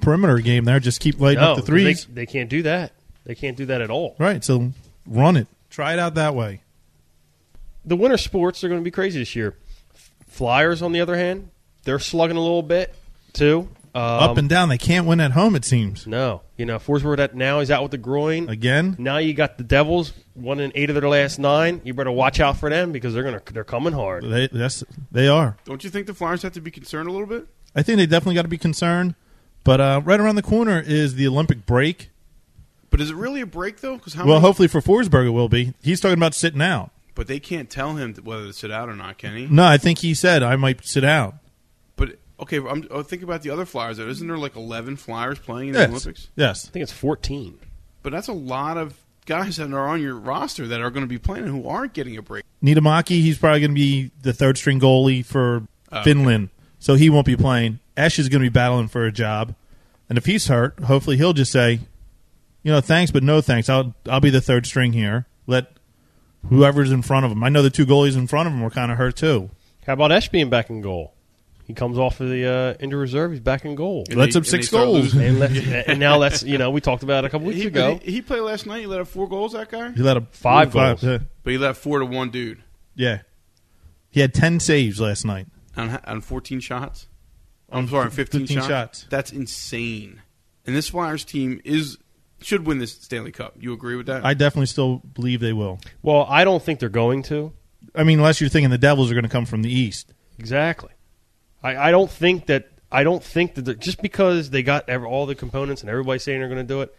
[SPEAKER 4] perimeter game. There, just keep lighting
[SPEAKER 3] No,
[SPEAKER 4] up the threes.
[SPEAKER 3] They, they can't do that. They can't do that at all.
[SPEAKER 4] Right. So run it. Try it out that way.
[SPEAKER 3] The winter sports are going to be crazy this year. Flyers, on the other hand, they're slugging a little bit too. Um,
[SPEAKER 4] Up and down. They can't win at home, it seems.
[SPEAKER 3] No, you know, Forsberg that now he's out with the groin.
[SPEAKER 4] Again?
[SPEAKER 3] Now you got the Devils one in eight of their last nine. You better watch out for them because they're gonna they're coming hard.
[SPEAKER 4] They, that's, they are.
[SPEAKER 2] Don't you think the Flyers have to be concerned a little bit?
[SPEAKER 4] I think they definitely got to be concerned. But uh, right around the corner is the Olympic break.
[SPEAKER 2] But is it really a break though? Because how?
[SPEAKER 4] Well,
[SPEAKER 2] many-
[SPEAKER 4] hopefully for Forsberg it will be. He's talking about sitting out.
[SPEAKER 2] but they can't tell him whether to sit out or not, can he?
[SPEAKER 4] No, I think he said I might sit out.
[SPEAKER 2] But okay, but I'm, oh, think about the other Flyers. Though. Isn't there like 11 Flyers playing in
[SPEAKER 4] Yes.
[SPEAKER 2] the Olympics?
[SPEAKER 4] Yes.
[SPEAKER 3] I think it's fourteen.
[SPEAKER 2] But that's a lot of guys that are on your roster that are going to be playing and who aren't getting a break.
[SPEAKER 4] Nidamaki, he's probably going to be the third string goalie for
[SPEAKER 2] Oh,
[SPEAKER 4] Finland, so he won't be playing. Ash is going to be battling for a job, and if he's hurt, hopefully he'll just say, you know, thanks but no thanks. I'll I'll be the third string here. Let whoever's in front of him. I know the two goalies in front of him were kind of hurt too.
[SPEAKER 3] How about Esh being back in goal? He comes off of the uh, injured reserve. He's back in goal.
[SPEAKER 2] And
[SPEAKER 4] Let's
[SPEAKER 2] they-
[SPEAKER 4] him
[SPEAKER 2] and they
[SPEAKER 4] six
[SPEAKER 2] start
[SPEAKER 4] goals.
[SPEAKER 2] losing.
[SPEAKER 3] And, left, and now that's you know we talked about it a couple weeks
[SPEAKER 2] He,
[SPEAKER 3] ago.
[SPEAKER 2] he, he played last night. He let up four goals. That guy,
[SPEAKER 4] He let up
[SPEAKER 3] Five goals.
[SPEAKER 4] yeah.
[SPEAKER 2] but he let four to one dude
[SPEAKER 4] yeah, he had ten saves last night.
[SPEAKER 2] on on 14 shots. I'm sorry, on 15,
[SPEAKER 4] 15
[SPEAKER 2] shots.
[SPEAKER 4] shots.
[SPEAKER 2] That's insane. And this Flyers team is should win this Stanley Cup. You agree with that?
[SPEAKER 4] I definitely still believe they will.
[SPEAKER 3] well, I don't think they're going to.
[SPEAKER 4] I mean, unless you're thinking the Devils are going to come from the East.
[SPEAKER 3] Exactly. I, I don't think that I don't think that they're- just because they got ev- all the components and everybody's saying they're going to do it,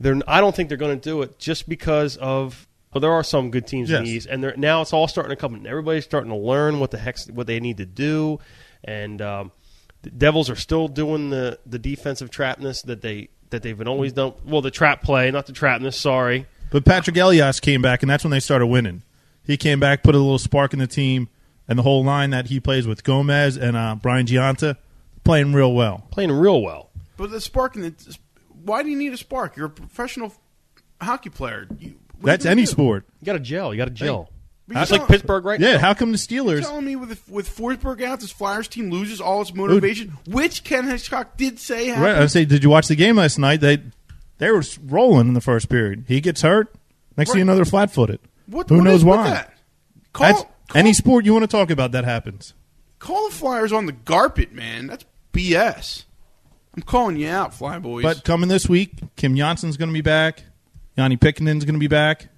[SPEAKER 3] they're n- I don't think they're going to do it just because of. Well, there are some good teams in the
[SPEAKER 4] Yes.
[SPEAKER 3] East, and they're, now it's all starting to come. in. Everybody's starting to learn what the heck what they need to do, and um, the Devils are still doing the the defensive trapness that they that they've been always done. Well, the trap play, not the trapness. Sorry,
[SPEAKER 4] But Patrick Elias came back, and that's when they started winning. He came back, put a little spark in the team, and the whole line that he plays with Gomez and uh, Brian Gianta playing real well.
[SPEAKER 3] playing real well.
[SPEAKER 2] But the spark in the why do you need a spark? You're a professional hockey player. You, what are you
[SPEAKER 4] That's
[SPEAKER 2] gonna
[SPEAKER 4] any
[SPEAKER 2] do?
[SPEAKER 4] sport.
[SPEAKER 3] You got to gel. You got to gel.
[SPEAKER 2] But
[SPEAKER 3] It's
[SPEAKER 2] you're telling-
[SPEAKER 3] like Pittsburgh right
[SPEAKER 4] Yeah,
[SPEAKER 3] now.
[SPEAKER 4] how come the
[SPEAKER 2] You're
[SPEAKER 4] Steelers?
[SPEAKER 2] telling me with with Forsberg out, this Flyers team loses all its motivation, which Ken Hitchcock did say happened.
[SPEAKER 4] Right, uh, I say, did you watch the game last night? They they were rolling in the first period. He gets hurt. Next thing you
[SPEAKER 2] Right.
[SPEAKER 4] know, they're flat footed.
[SPEAKER 2] What,
[SPEAKER 4] Who
[SPEAKER 2] what
[SPEAKER 4] knows
[SPEAKER 2] is with
[SPEAKER 4] why?
[SPEAKER 2] that? Call,
[SPEAKER 4] That's-
[SPEAKER 2] call,
[SPEAKER 4] Any sport you want to talk about, that happens.
[SPEAKER 2] call the Flyers on the carpet, man. That's BS. I'm calling you out, Flyboys.
[SPEAKER 4] But coming this week, Kim Janssen's going to be back. Yanni Pickenin's going to be back.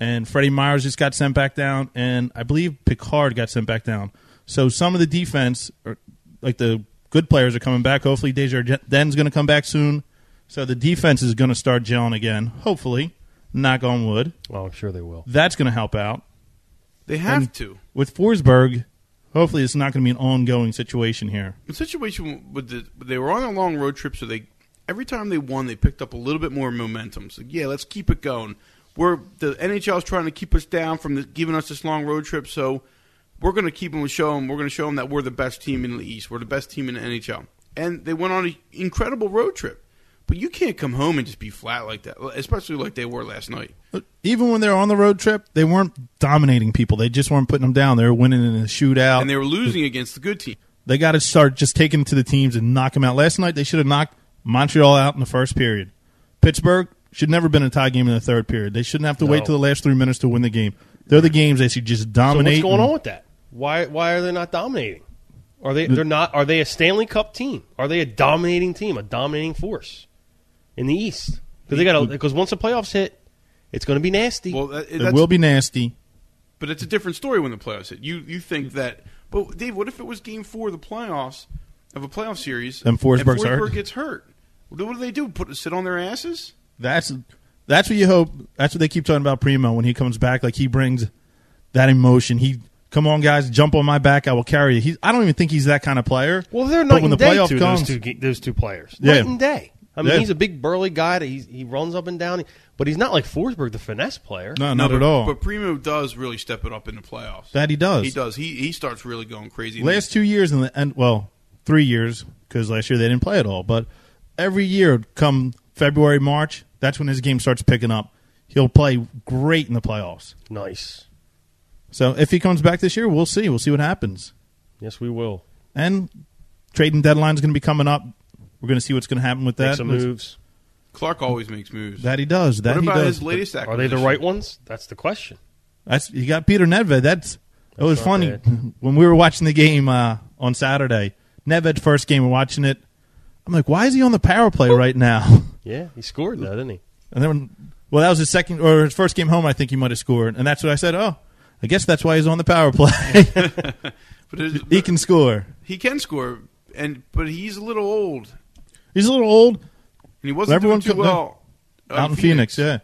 [SPEAKER 4] And Freddie Myers just got sent back down. And I believe Picard got sent back down. So some of the defense, or, like the good players, are coming back. Hopefully, Desjardins going to come back soon. So the defense is going to start gelling again. Hopefully, knock on wood.
[SPEAKER 3] Well, I'm Oh, sure they will.
[SPEAKER 4] That's going to help out.
[SPEAKER 2] they have
[SPEAKER 4] and-
[SPEAKER 2] to.
[SPEAKER 4] With Forsberg, hopefully, it's not going to be an ongoing situation here.
[SPEAKER 2] The situation with the they were on a long road trip, so they every time they won, they picked up a little bit more momentum. So yeah, let's keep it going. We're the NHL is trying to keep us down from the, giving us this long road trip, so we're going to keep them. Show them we're going to show them that we're the best team in the East. We're the best team in the NHL, and they went on an incredible road trip. But you can't come home and just be flat like that, especially like they were last night.
[SPEAKER 4] Even when they were on the road trip, they weren't dominating people. They just weren't putting them down. They were winning in a shootout.
[SPEAKER 2] And they were losing against the good team.
[SPEAKER 4] They got to start just taking it to the teams and knock them out. Last night, they should have knocked Montreal out in the first period. Pittsburgh should never have been a tie game in the third period. They shouldn't have to wait
[SPEAKER 3] No.
[SPEAKER 4] till the last three minutes to win the game. They're the games they should just
[SPEAKER 3] So what's
[SPEAKER 4] dominate.
[SPEAKER 3] going
[SPEAKER 4] and-
[SPEAKER 3] on with that? Why why are they not dominating? Are they they're not are they a Stanley Cup team? Are they a dominating team, a dominating force in the East? Because they got because once the playoffs hit, it's going to be nasty.
[SPEAKER 2] Well, that,
[SPEAKER 4] It
[SPEAKER 2] that's
[SPEAKER 4] will be nasty.
[SPEAKER 2] But it's a different story when the playoffs hit. You you think that? But Dave, what if it was Game Four of the playoffs of a playoff series,
[SPEAKER 4] And Forsberg's
[SPEAKER 2] Forsberg
[SPEAKER 4] hurt?
[SPEAKER 2] gets hurt? What do what do they do? Put sit on their asses?
[SPEAKER 4] That's that's what you hope. That's what they keep talking about Primo when he comes back. Like he brings that emotion. He come on, guys, jump on my back. I will carry you. He, I don't even think he's that kind of player.
[SPEAKER 3] Well, they're
[SPEAKER 4] But
[SPEAKER 3] night and
[SPEAKER 4] when the
[SPEAKER 3] day
[SPEAKER 4] playoff
[SPEAKER 3] to
[SPEAKER 4] comes,
[SPEAKER 3] those two ge- those two players.
[SPEAKER 4] Yeah.
[SPEAKER 3] Night and day. I mean,
[SPEAKER 4] Yeah.
[SPEAKER 3] he's a big burly guy. That he's, he runs up and down, but he's not like Forsberg, the finesse player.
[SPEAKER 4] no, not
[SPEAKER 2] No,
[SPEAKER 4] at all.
[SPEAKER 2] But Primo does really step it up in the playoffs.
[SPEAKER 4] that he does.
[SPEAKER 2] he does. He he starts really going crazy.
[SPEAKER 4] last two years in the end well three years because last year they didn't play at all but every year come february march that's when his game starts picking up he'll play great in the playoffs
[SPEAKER 3] Nice.
[SPEAKER 4] so if he comes back this year we'll see we'll see what happens
[SPEAKER 3] Yes, we will
[SPEAKER 4] and trading deadline's going to be coming up we're going to see what's going to happen with
[SPEAKER 3] make
[SPEAKER 4] that
[SPEAKER 3] some moves.
[SPEAKER 2] Clark always makes moves.
[SPEAKER 4] that he does that
[SPEAKER 2] what about
[SPEAKER 4] he does
[SPEAKER 2] his latest
[SPEAKER 3] Are they
[SPEAKER 2] acquisition?
[SPEAKER 3] the right ones? That's the question.
[SPEAKER 4] That's you got Peter Nedved. That's it was
[SPEAKER 3] not
[SPEAKER 4] funny
[SPEAKER 3] bad.
[SPEAKER 4] when we were watching the game uh, on Saturday. Nedved first game, we're watching it. I'm like, why is he on the power play right now?
[SPEAKER 3] Yeah, he scored though, didn't he?
[SPEAKER 4] And then, well, that was his second or his first game home. I think he might have scored, and that's what I said. Oh, I guess that's why he's on the power play.
[SPEAKER 2] But it is-
[SPEAKER 4] he can score.
[SPEAKER 2] he can score, and but he's a little old, and
[SPEAKER 4] He's a little old
[SPEAKER 2] he wasn't
[SPEAKER 4] Everyone
[SPEAKER 2] doing too
[SPEAKER 4] could- no.
[SPEAKER 2] well uh, on
[SPEAKER 4] out in Phoenix. Yeah,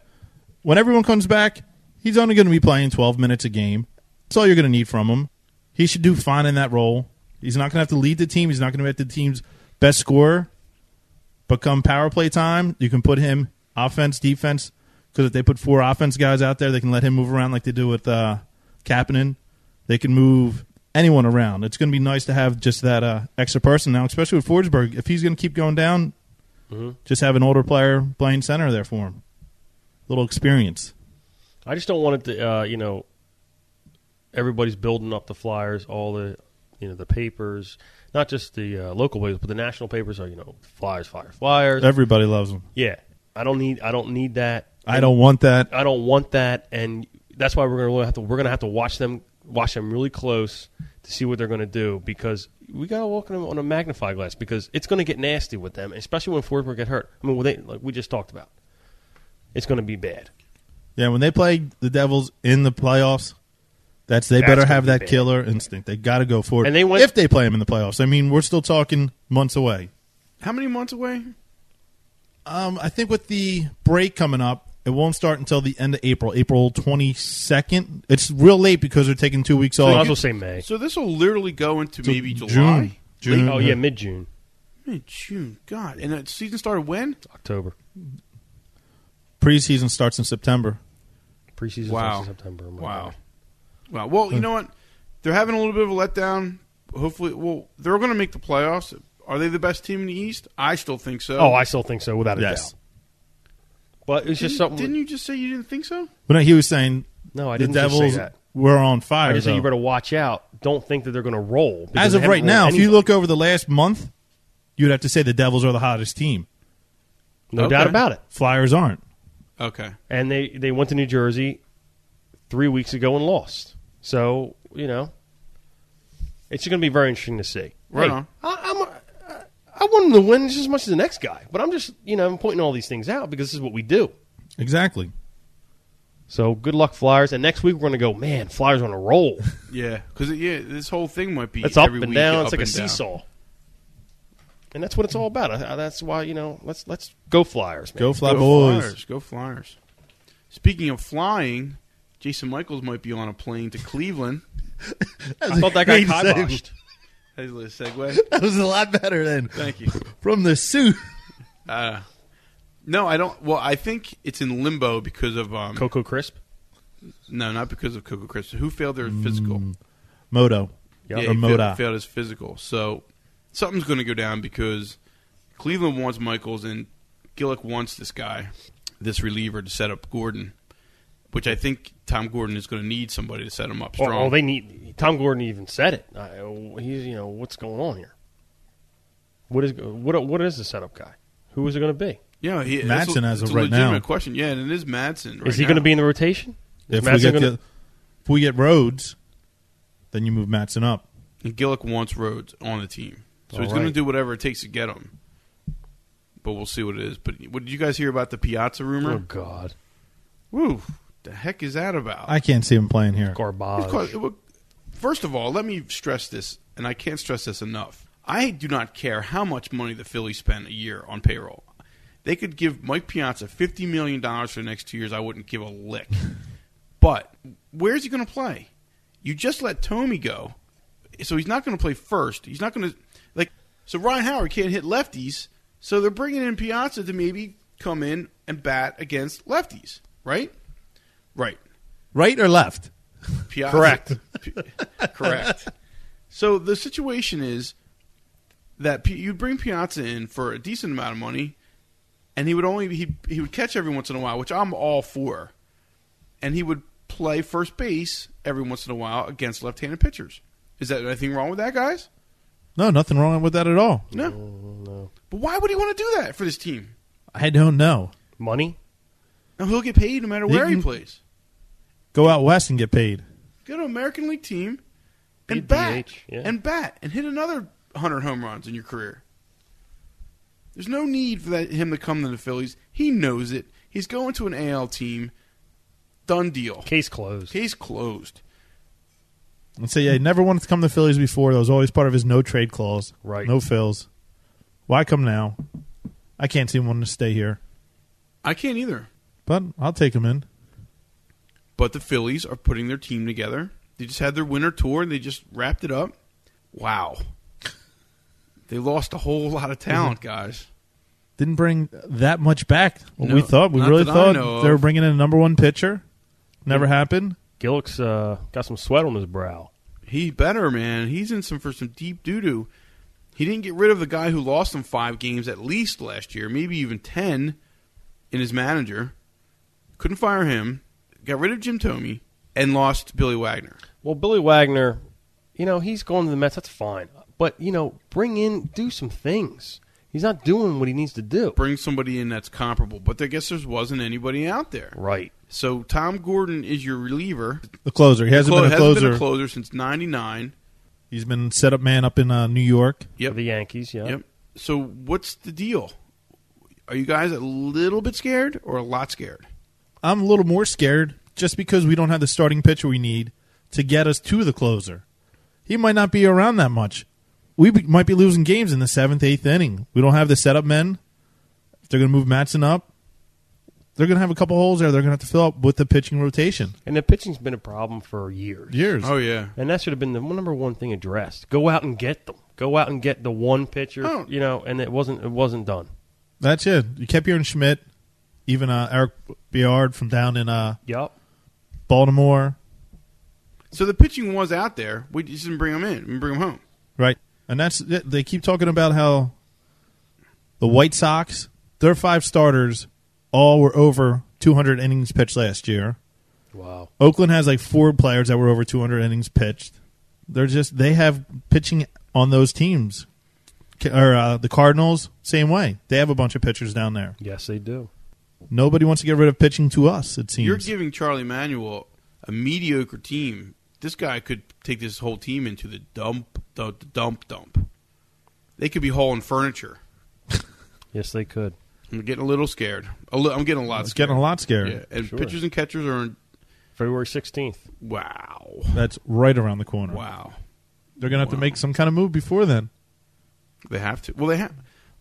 [SPEAKER 4] when everyone comes back, he's only going to be playing 12 minutes a game. That's all you're going to need from him. He should do fine in that role. He's not going to have to lead the team. He's not going to be the team's best scorer. But come power play time, you can put him offense, defense. Because if they put four offense guys out there, they can let him move around like they do with uh, Kapanen. They can move anyone around. It's going to be nice to have just that uh, extra person now, especially with Forsberg. If he's going to keep going down, just have an older player playing center there for him. Little experience.
[SPEAKER 3] I just don't want it to, uh, you know, everybody's building up the flyers, all the, you know, the papers, not just the uh, local papers, but the national papers are, you know, flyers, flyers, flyers.
[SPEAKER 4] Everybody loves him.
[SPEAKER 3] yeah, I don't need, I don't need that.
[SPEAKER 4] I don't want that.
[SPEAKER 3] I don't want that, and that's why we're gonna really have to, we're gonna have to watch them, watch them really close to see what they're gonna do because we gotta walk on a, on a magnify glass because it's gonna get nasty with them, especially when Forsberg get hurt. I mean, well, they, like we just talked about, it's gonna be bad.
[SPEAKER 4] Yeah, when they play the Devils in the playoffs, that's they
[SPEAKER 3] That's
[SPEAKER 4] better
[SPEAKER 3] gonna
[SPEAKER 4] have
[SPEAKER 3] be
[SPEAKER 4] that
[SPEAKER 3] bad.
[SPEAKER 4] killer instinct. They got to go for it.
[SPEAKER 3] And they went-
[SPEAKER 4] if they play him in the playoffs. I mean, we're still talking months away.
[SPEAKER 2] How many months away?
[SPEAKER 4] Um, I think with the break coming up, it won't start until the end of April, April twenty second. It's real late because they're taking two weeks
[SPEAKER 3] I'll
[SPEAKER 4] off.
[SPEAKER 3] also say May.
[SPEAKER 2] So this will literally go into
[SPEAKER 4] So
[SPEAKER 2] maybe
[SPEAKER 4] June.
[SPEAKER 2] July,
[SPEAKER 4] June.
[SPEAKER 3] Oh yeah, mid June,
[SPEAKER 2] Mid June. God, and the season started when?
[SPEAKER 3] October.
[SPEAKER 4] Preseason starts in September.
[SPEAKER 3] Preseason
[SPEAKER 2] Wow.
[SPEAKER 3] starts in September. Oh my
[SPEAKER 2] Wow.
[SPEAKER 3] God.
[SPEAKER 2] Wow. Well,
[SPEAKER 3] Hmm.
[SPEAKER 2] you know what? They're having a little bit of a letdown. Hopefully, well, they're going to make the playoffs. Are they the best team in the East? I still think so.
[SPEAKER 3] Oh, I still think so, without a
[SPEAKER 4] Yes.
[SPEAKER 3] doubt. But it's
[SPEAKER 2] didn't,
[SPEAKER 3] just something.
[SPEAKER 2] Didn't you just say you didn't think so?
[SPEAKER 4] But no, he was saying
[SPEAKER 3] No, I
[SPEAKER 4] the
[SPEAKER 3] didn't just say
[SPEAKER 4] Devils
[SPEAKER 3] that.
[SPEAKER 4] were on fire.
[SPEAKER 3] I just said you
[SPEAKER 4] though.
[SPEAKER 3] better watch out. Don't think that they're going to roll. because
[SPEAKER 4] As
[SPEAKER 3] they
[SPEAKER 4] of
[SPEAKER 3] haven't
[SPEAKER 4] right now,
[SPEAKER 3] rolled
[SPEAKER 4] if you
[SPEAKER 3] anybody.
[SPEAKER 4] look over the last month, you'd have to say the Devils are the hottest team.
[SPEAKER 3] no doubt
[SPEAKER 2] Okay.
[SPEAKER 3] about it.
[SPEAKER 4] Flyers aren't.
[SPEAKER 2] Okay.
[SPEAKER 3] And they they went to New Jersey three weeks ago and lost. So you know, it's going to be very interesting to see.
[SPEAKER 2] Right
[SPEAKER 3] Hey,
[SPEAKER 2] on.
[SPEAKER 3] I, I'm. a- I- I want them to win just as much as the next guy, but I'm just you know I'm pointing all these things out because this is what we do.
[SPEAKER 4] Exactly.
[SPEAKER 3] So good luck, Flyers. And next week we're going to go, man, Flyers on a roll.
[SPEAKER 2] Yeah, because yeah, this whole thing might be
[SPEAKER 3] It's up
[SPEAKER 2] every
[SPEAKER 3] and
[SPEAKER 2] week,
[SPEAKER 3] down.
[SPEAKER 2] up
[SPEAKER 3] it's like a
[SPEAKER 2] and down.
[SPEAKER 3] seesaw. And that's what it's all about. I- I- That's why you know. Let's let's go Flyers. Man.
[SPEAKER 4] Go Fly
[SPEAKER 2] Go
[SPEAKER 4] Boys.
[SPEAKER 2] Flyers. Go Flyers. Speaking of flying, Jason Michaels might be on a plane to Cleveland.
[SPEAKER 3] I thought that guy
[SPEAKER 4] Great save.
[SPEAKER 3] kiboshed.
[SPEAKER 2] That's a little segue.
[SPEAKER 4] That was a lot better than
[SPEAKER 2] Thank you.
[SPEAKER 4] from the suit.
[SPEAKER 2] Uh, no, I don't. Well, I think it's in limbo because of um,
[SPEAKER 3] Coco Crisp.
[SPEAKER 2] no, not because of Coco Chris. Who failed their physical?
[SPEAKER 3] Mm,
[SPEAKER 4] Moto.
[SPEAKER 2] Yeah,
[SPEAKER 4] or
[SPEAKER 2] he failed,
[SPEAKER 4] Moda.
[SPEAKER 2] failed his physical. So something's going to go down because Cleveland wants Michaels and Gillick wants this guy, this reliever, to set up Gordon, which I think Tom Gordon is going to need somebody to set him up strong.
[SPEAKER 3] Oh, they need Tom Gordon. Even said it. I, oh, he's you know what's going on here. What is what what is the setup guy? Who is it going to be?
[SPEAKER 2] yeah, he,
[SPEAKER 4] Madsen
[SPEAKER 2] that's a-
[SPEAKER 4] as
[SPEAKER 2] that's
[SPEAKER 4] of
[SPEAKER 2] a
[SPEAKER 4] right now.
[SPEAKER 2] legitimate question. Yeah, and it is Madsen. right
[SPEAKER 3] is he
[SPEAKER 2] now.
[SPEAKER 3] going to be in the rotation? Is
[SPEAKER 4] If we,
[SPEAKER 3] Matson
[SPEAKER 4] get
[SPEAKER 3] gonna-
[SPEAKER 4] the- if we get Rhodes, then you move Matson up.
[SPEAKER 2] And Gillick wants Rhodes on the team, so
[SPEAKER 3] All
[SPEAKER 2] he's going to
[SPEAKER 3] right.
[SPEAKER 2] do whatever it takes to get him. But we'll see what it is. But what did you guys hear about the Piazza
[SPEAKER 3] oh
[SPEAKER 2] rumor?
[SPEAKER 3] God,
[SPEAKER 2] Woo, the heck is that about?
[SPEAKER 4] I can't see him playing here.
[SPEAKER 3] garbage.
[SPEAKER 2] Of course, it would- first of all, let me stress this, and I can't stress this enough. I do not care how much money the Phillies spend a year on payroll. They could give Mike Piazza fifty million dollars for the next two years. I wouldn't give a lick. but where's he going to play? You just let Tommy go, so he's not going to play first. He's not going to like. So Ryan Howard can't hit lefties, so they're bringing in Piazza to maybe come in and bat against lefties, right? Right.
[SPEAKER 4] Right or left?
[SPEAKER 2] Piazza. Correct. Correct. So the situation is that P- you'd bring Piazza in for a decent amount of money, and he would only he he would catch every once in a while, which I'm all for, and he would play first base every once in a while against left-handed pitchers. Is that anything wrong with that, guys?
[SPEAKER 4] No, nothing wrong with that at all.
[SPEAKER 2] No. But why would he want to do that for this team?
[SPEAKER 4] I don't know.
[SPEAKER 3] Money.
[SPEAKER 2] Now he'll get paid no matter where he
[SPEAKER 4] Didn't-
[SPEAKER 2] plays.
[SPEAKER 4] Go out west and get paid.
[SPEAKER 2] Go to American League team
[SPEAKER 3] Be
[SPEAKER 2] and
[SPEAKER 3] a
[SPEAKER 2] bat
[SPEAKER 3] DH, yeah.
[SPEAKER 2] and bat and hit another hundred home runs in your career. There's no need for that, him to come to the Phillies. He knows it. He's going to an AL team. Done deal.
[SPEAKER 3] Case closed.
[SPEAKER 2] Case closed.
[SPEAKER 4] And say, yeah, he never wanted to come to the Phillies before. That was always part of his no trade clause.
[SPEAKER 3] Right.
[SPEAKER 4] No fills. Why come now? I can't see him wanting to stay here.
[SPEAKER 2] I can't either.
[SPEAKER 4] But I'll take him in.
[SPEAKER 2] But the Phillies are putting their team together. They just had their winter tour and they just wrapped it up. Wow. They lost a whole lot of talent, guys.
[SPEAKER 4] Didn't bring that much back. What
[SPEAKER 2] No,
[SPEAKER 4] we thought. We
[SPEAKER 2] not
[SPEAKER 4] really
[SPEAKER 2] that I
[SPEAKER 4] thought
[SPEAKER 2] know
[SPEAKER 4] they
[SPEAKER 2] of.
[SPEAKER 4] were bringing in a number one pitcher. Never happened.
[SPEAKER 3] Gillick's uh, got some sweat on his brow.
[SPEAKER 2] He better, man. He's in some for some deep doo doo. He didn't get rid of the guy who lost him five games at least last year, maybe even ten, in his manager. Couldn't fire him. Got rid of Jim Tomey and lost Billy Wagner.
[SPEAKER 3] Well, Billy Wagner, you know, he's going to the Mets. That's fine. But, you know, bring in, do some things. He's not doing what he needs to do.
[SPEAKER 2] Bring somebody in that's comparable, but I guess there wasn't anybody out there.
[SPEAKER 3] Right.
[SPEAKER 2] So Tom Gordon is your reliever.
[SPEAKER 4] The closer. He hasn't
[SPEAKER 2] Clo-
[SPEAKER 4] been a closer.
[SPEAKER 2] a closer since '99.
[SPEAKER 4] He's been set up man up in uh, New York.
[SPEAKER 2] Yep.
[SPEAKER 3] For the Yankees, yeah.
[SPEAKER 2] Yep. So what's the deal? Are you guys a little bit scared or a lot scared?
[SPEAKER 4] I'm a little more scared just because we don't have the starting pitcher we need to get us to the closer. He might not be around that much. We be, might be losing games in the seventh, eighth inning. We don't have the setup men. If they're going to move Matson up, they're going to have a couple holes there. They're going to have to fill up with the pitching rotation.
[SPEAKER 3] And the pitching's been a problem for years.
[SPEAKER 4] Years.
[SPEAKER 2] Oh yeah.
[SPEAKER 3] And that should have been the number one thing addressed. Go out and get them. Go out and get the one pitcher,
[SPEAKER 2] Oh.
[SPEAKER 3] you know, and it wasn't it wasn't done.
[SPEAKER 4] That's it. You kept hearing Schmidt, even uh, Eric Biard from down in uh,
[SPEAKER 3] Yep.
[SPEAKER 4] Baltimore,
[SPEAKER 2] So the pitching was out there. We just didn't bring them in. We bring them home.
[SPEAKER 4] right? And that's they keep talking about how the White Sox, their five starters, all were over 200 innings pitched last year.
[SPEAKER 3] Wow.
[SPEAKER 4] Oakland has like four players that were over 200 innings pitched. They're just they have pitching on those teams, Ca- or uh, the Cardinals same way. They have a bunch of pitchers down there.
[SPEAKER 3] Yes, they do.
[SPEAKER 4] Nobody wants to get rid of pitching to us. It seems
[SPEAKER 2] You're giving Charlie Manuel a mediocre team. This guy could take this whole team into the dump, the, the dump, dump. They could be hauling furniture.
[SPEAKER 3] Yes, they could.
[SPEAKER 2] I'm getting a little scared. A li- I'm getting a lot.
[SPEAKER 4] it's
[SPEAKER 2] scared.
[SPEAKER 4] getting a lot scary.
[SPEAKER 2] Yeah, and
[SPEAKER 3] Sure.
[SPEAKER 2] pitchers and catchers are in,
[SPEAKER 3] February 16th.
[SPEAKER 2] wow,
[SPEAKER 4] That's right around the corner.
[SPEAKER 2] wow.
[SPEAKER 4] They're gonna have to
[SPEAKER 2] Wow.
[SPEAKER 4] make some kind of move before then.
[SPEAKER 2] They have to. Well, they have.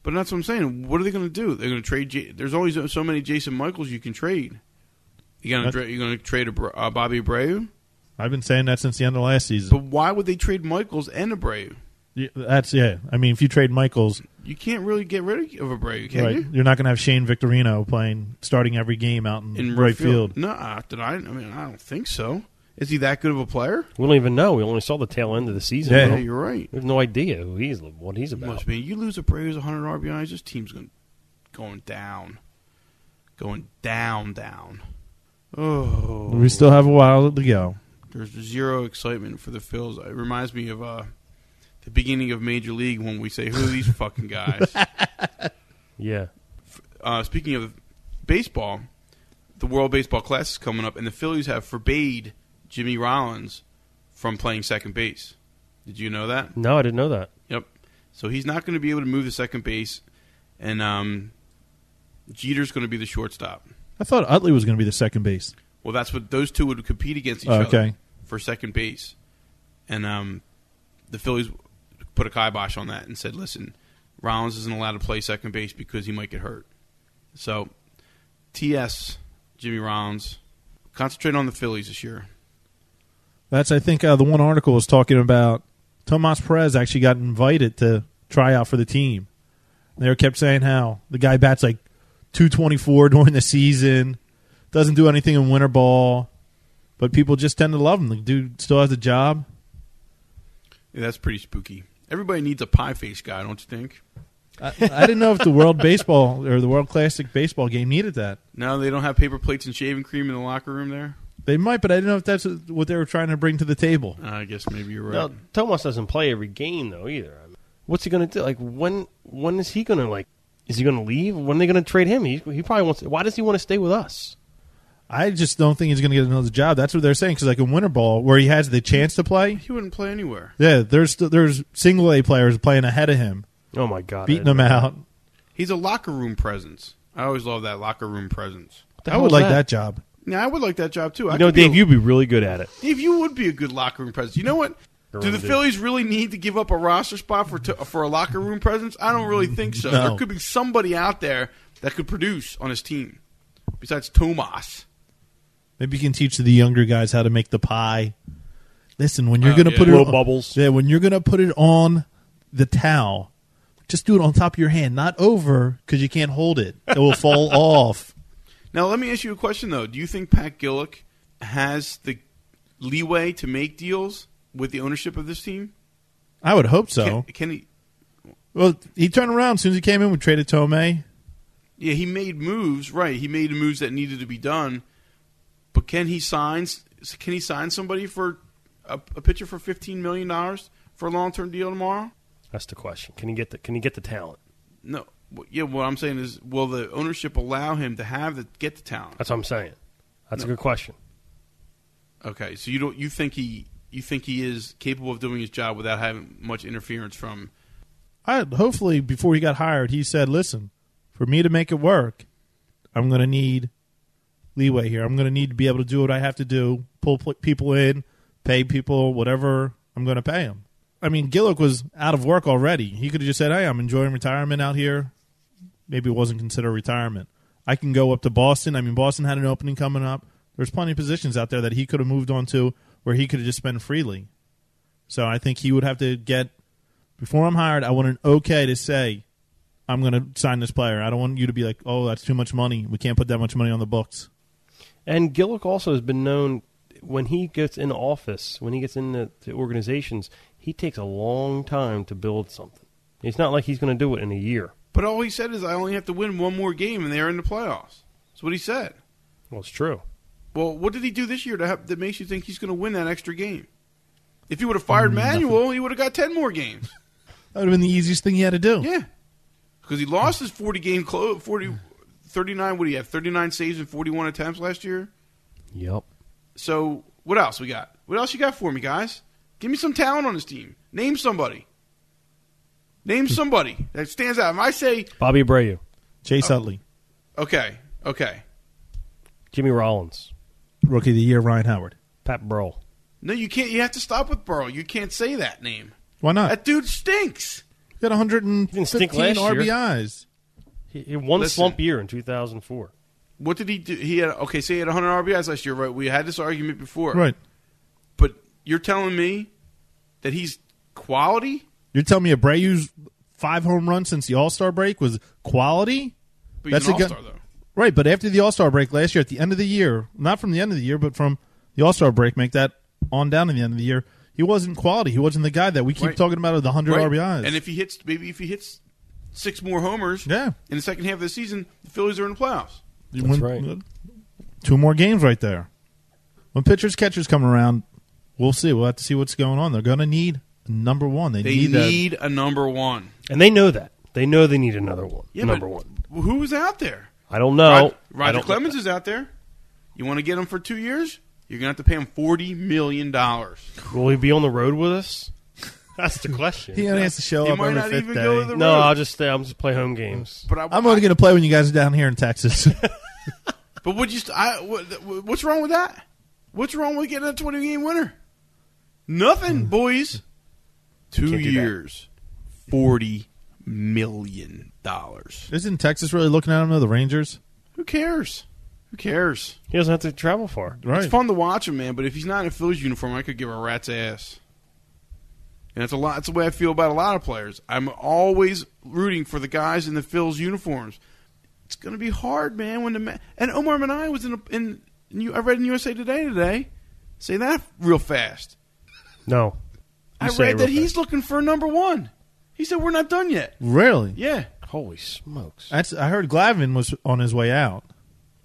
[SPEAKER 2] But that's what I'm saying. What are they going to do? They're going to trade. J- There's only so- so many Jason Michaels you can trade. You gonna
[SPEAKER 4] That-
[SPEAKER 2] dra- you're going to trade Abra- uh, Bobby Abreu,
[SPEAKER 4] I've been saying that since the end of last season.
[SPEAKER 2] but why would they trade Michaels and Abreu?
[SPEAKER 4] Yeah, That's yeah. I mean, if you trade Michaels,
[SPEAKER 2] You can't really get rid of Abreu, can
[SPEAKER 4] right,
[SPEAKER 2] you?
[SPEAKER 4] you're not going to have Shane Victorino playing starting every game out in,
[SPEAKER 2] In
[SPEAKER 4] right field.
[SPEAKER 2] No, I did I? I mean, I don't think so. Is he that good of a player?
[SPEAKER 3] We don't even know. We only saw the tail end of the season.
[SPEAKER 4] Yeah.
[SPEAKER 2] Yeah,
[SPEAKER 3] We
[SPEAKER 2] you're right.
[SPEAKER 3] have no idea who he's what he's
[SPEAKER 2] It
[SPEAKER 3] about.
[SPEAKER 2] must be. You lose Abreu's 100 RBIs, this team's going going down, going down, down. Oh,
[SPEAKER 4] We still have a while to go.
[SPEAKER 2] there's zero excitement for the Phils. It reminds me of uh, the beginning of Major League when we say, "Who are these fucking guys?"
[SPEAKER 3] Yeah.
[SPEAKER 2] uh, speaking of baseball, the World Baseball Class is coming up, and the Phillies have forbade Jimmy Rollins from playing second base. Did you know that?
[SPEAKER 3] No, I didn't know that.
[SPEAKER 2] Yep. So he's not going to be able to move to second base, and um, Jeter's going to be the shortstop.
[SPEAKER 4] I thought Utley was going to be the second base.
[SPEAKER 2] Well, that's what those two would compete against each
[SPEAKER 4] Okay.
[SPEAKER 2] other for second base, and um, the Phillies put a kibosh on that and said, "Listen, Rollins isn't allowed to play second base because he might get hurt." So, T.S. Jimmy Rollins, concentrate on the Phillies this year.
[SPEAKER 4] That's I think uh, the one article was talking about. Tomas Perez actually got invited to try out for the team. They were kept saying how the guy bats like 224 during the season, doesn't do anything in winter ball, but people just tend to love him. The dude still has a job.
[SPEAKER 2] Yeah, that's pretty spooky. Everybody needs a pie face guy, don't you think?
[SPEAKER 4] I, I didn't know if the World Baseball or the World Classic baseball game needed that.
[SPEAKER 2] No, they don't have paper plates and shaving cream in the locker room there.
[SPEAKER 4] They might, but I didn't know if that's what they were trying to bring to the table.
[SPEAKER 2] Uh, I guess maybe you're right.
[SPEAKER 3] Now, Tomas doesn't play every game though either. I mean, what's he going to do? Like when when is he going to like is he going to leave? When are they going to trade him? He, he probably wants why does he want to stay with us?
[SPEAKER 4] I just don't think he's going to get another job. That's what they're saying because, like in winter ball, where he has the chance to play,
[SPEAKER 2] he wouldn't play anywhere.
[SPEAKER 4] yeah, there's there's single A players playing ahead of him,
[SPEAKER 3] Oh my god. I
[SPEAKER 4] beating
[SPEAKER 3] didn't
[SPEAKER 4] him
[SPEAKER 3] know.
[SPEAKER 4] out.
[SPEAKER 2] He's a locker room presence. I always love that locker room presence.
[SPEAKER 4] I would like that? job.
[SPEAKER 2] Yeah, I would like that job too. I
[SPEAKER 3] You know,
[SPEAKER 2] could be
[SPEAKER 3] Dave,
[SPEAKER 2] a-
[SPEAKER 3] you'd be really good at it.
[SPEAKER 2] Dave, you would be a good locker room presence. You know what? Do
[SPEAKER 3] Room
[SPEAKER 2] the
[SPEAKER 3] dude.
[SPEAKER 2] Phillies really need to give up a roster spot for to, for a locker room presence? I don't really think so.
[SPEAKER 4] No.
[SPEAKER 2] There could be somebody out there that could produce on his team besides Tomas.
[SPEAKER 4] Maybe you can teach the younger guys how to make the pie. Listen, when you're
[SPEAKER 2] Oh,
[SPEAKER 4] going to
[SPEAKER 2] yeah.
[SPEAKER 4] put it
[SPEAKER 3] Blow
[SPEAKER 4] on,
[SPEAKER 3] bubbles.
[SPEAKER 4] Yeah, when you're going to put it on the towel, just do it on top of your hand, not over, because you can't hold it. It will fall off.
[SPEAKER 2] Now, let me ask you a question though. Do you think Pat Gillick has the leeway to make deals with the ownership of this team?
[SPEAKER 4] I would hope so.
[SPEAKER 2] Can, can he?
[SPEAKER 4] Well, he turned around as soon as he came in. We traded Tomei.
[SPEAKER 2] Yeah, he made moves. Right, he made moves that needed to be done. But can he sign? Can he sign somebody for a, a pitcher for fifteen million dollars for a long term deal tomorrow?
[SPEAKER 3] That's the question. Can you get the Can you get the talent?
[SPEAKER 2] No. Well, Yeah, what I'm saying is, will the ownership allow him to have the get the talent?
[SPEAKER 3] That's what I'm saying. That's a good question.
[SPEAKER 2] Okay, so you don't you think he you think he is capable of doing his job without having much interference from?
[SPEAKER 4] I hopefully before he got hired, he said, "Listen, for me to make it work, I'm going to need leeway here. I'm going to need to be able to do what I have to do, pull pl- people in, pay people whatever I'm going to pay them." I mean, Gillick was out of work already. He could have just said, "Hey, I'm enjoying retirement out here." Maybe it wasn't considered retirement. I can go up to Boston. I mean, Boston had an opening coming up. There's plenty of positions out there that he could have moved on to where he could have just spent freely. So I think he would have to get before I'm hired, I want an okay to say I'm going to sign this player. I don't want you to be like, "Oh, that's too much money. We can't put that much money on the books."
[SPEAKER 3] And Gillick also has been known when he gets in office, when he gets in the, the organizations, he takes a long time to build something. It's not like he's going to do it in a year.
[SPEAKER 2] But all he said is, I only have to win one more game, and they are in the playoffs. That's what he said.
[SPEAKER 3] Well, it's true.
[SPEAKER 2] Well, what did he do this year to have, that makes you think he's going to win that extra game? If he would have fired Manuel, he would have got ten more games.
[SPEAKER 4] That would have been the easiest thing he had to do.
[SPEAKER 2] Yeah, because he lost his forty game close 40, 39, What do you have? Thirty nine saves and forty one attempts last year.
[SPEAKER 3] Yep.
[SPEAKER 2] So what else we got? What else you got for me, guys? Give me some talent on this team. Name somebody. Name somebody that stands out. If I say,
[SPEAKER 3] Bobby Abreu,
[SPEAKER 4] Chase Utley,
[SPEAKER 2] okay, okay,
[SPEAKER 3] Jimmy Rollins,
[SPEAKER 4] rookie of the year, Ryan Howard.
[SPEAKER 3] Pat Burrell.
[SPEAKER 2] no, you can't. You have to stop with Burrow. You can't say that name.
[SPEAKER 4] Why not?
[SPEAKER 2] That dude stinks.
[SPEAKER 4] he had 115
[SPEAKER 3] didn't stink last year.
[SPEAKER 4] RBIs.
[SPEAKER 3] He, he one
[SPEAKER 2] Listen.
[SPEAKER 3] slump year in 2004.
[SPEAKER 2] What did he do? He had okay. Say he had 100 RBIs last year, right? We had this argument before,
[SPEAKER 4] Right.
[SPEAKER 2] But you're telling me that he's quality,
[SPEAKER 4] You're telling me Abreu's five home runs since the All Star break was quality?
[SPEAKER 2] but he's
[SPEAKER 4] That's
[SPEAKER 2] an
[SPEAKER 4] a gu-
[SPEAKER 2] all star though.
[SPEAKER 4] Right, but after the All Star break last year, at the end of the year, not from the end of the year, but from the All Star break, make that on down to the end of the year, he wasn't quality. He wasn't the guy that we keep
[SPEAKER 2] Right.
[SPEAKER 4] talking about of the 100
[SPEAKER 2] Right.
[SPEAKER 4] RBIs.
[SPEAKER 2] And if he hits, maybe if he hits six more homers,
[SPEAKER 4] Yeah.
[SPEAKER 2] in the second half of the season, the Phillies are in the playoffs.
[SPEAKER 4] You
[SPEAKER 3] That's
[SPEAKER 4] win-
[SPEAKER 3] right.
[SPEAKER 4] Two more games right there. When pitchers catchers come around, we'll see. We'll have to see what's going on. They're going to need a number one. They,
[SPEAKER 2] They
[SPEAKER 4] need, that.
[SPEAKER 2] need a number one.
[SPEAKER 3] And they know that. They know they need another one.
[SPEAKER 2] Yeah,
[SPEAKER 3] number
[SPEAKER 2] but
[SPEAKER 3] one.
[SPEAKER 2] Who's out there?
[SPEAKER 3] I don't know.
[SPEAKER 2] Rod-
[SPEAKER 3] Oh, I
[SPEAKER 2] Roger
[SPEAKER 3] don't-
[SPEAKER 2] Clemens is out there. You want to get him for two years? You're gonna have to pay him forty million dollars.
[SPEAKER 3] Will he be on the road with us? That's the question.
[SPEAKER 4] He only has to show
[SPEAKER 2] He
[SPEAKER 4] up
[SPEAKER 2] might
[SPEAKER 4] every
[SPEAKER 2] not
[SPEAKER 4] fifth
[SPEAKER 2] even
[SPEAKER 4] day.
[SPEAKER 2] go to the
[SPEAKER 3] no,
[SPEAKER 2] road.
[SPEAKER 3] I'll just stay. I'm just play home games.
[SPEAKER 2] But I,
[SPEAKER 4] I'm only going to play when you guys are down here in Texas.
[SPEAKER 2] But would you? St- I, what, what's wrong with that? What's wrong with getting a twenty game winner? Nothing, boys. 2
[SPEAKER 3] Hmm. Can't do that.
[SPEAKER 2] years, forty million dollars.
[SPEAKER 4] Isn't Texas really looking at him though? The Rangers,
[SPEAKER 2] Who cares? Who cares?
[SPEAKER 3] He doesn't have to travel far.
[SPEAKER 4] right?
[SPEAKER 2] It's fun to watch him, man. But if he's not in a Phillies uniform, I could give a rat's ass. And that's a lot. That's the way I feel about a lot of players. I'm always rooting for the guys in the Phils uniforms. It's going to be hard, man. When the ma- and Omar Minaya was in, a, in in I read in USA Today today. Say that real fast.
[SPEAKER 3] No. You
[SPEAKER 2] I
[SPEAKER 3] say it
[SPEAKER 2] read that
[SPEAKER 3] real
[SPEAKER 2] he's looking for a number one. He said we're not done yet.
[SPEAKER 4] Really?
[SPEAKER 2] Yeah.
[SPEAKER 3] fast. Holy smokes.
[SPEAKER 4] That's, I heard Glavin was on his way out.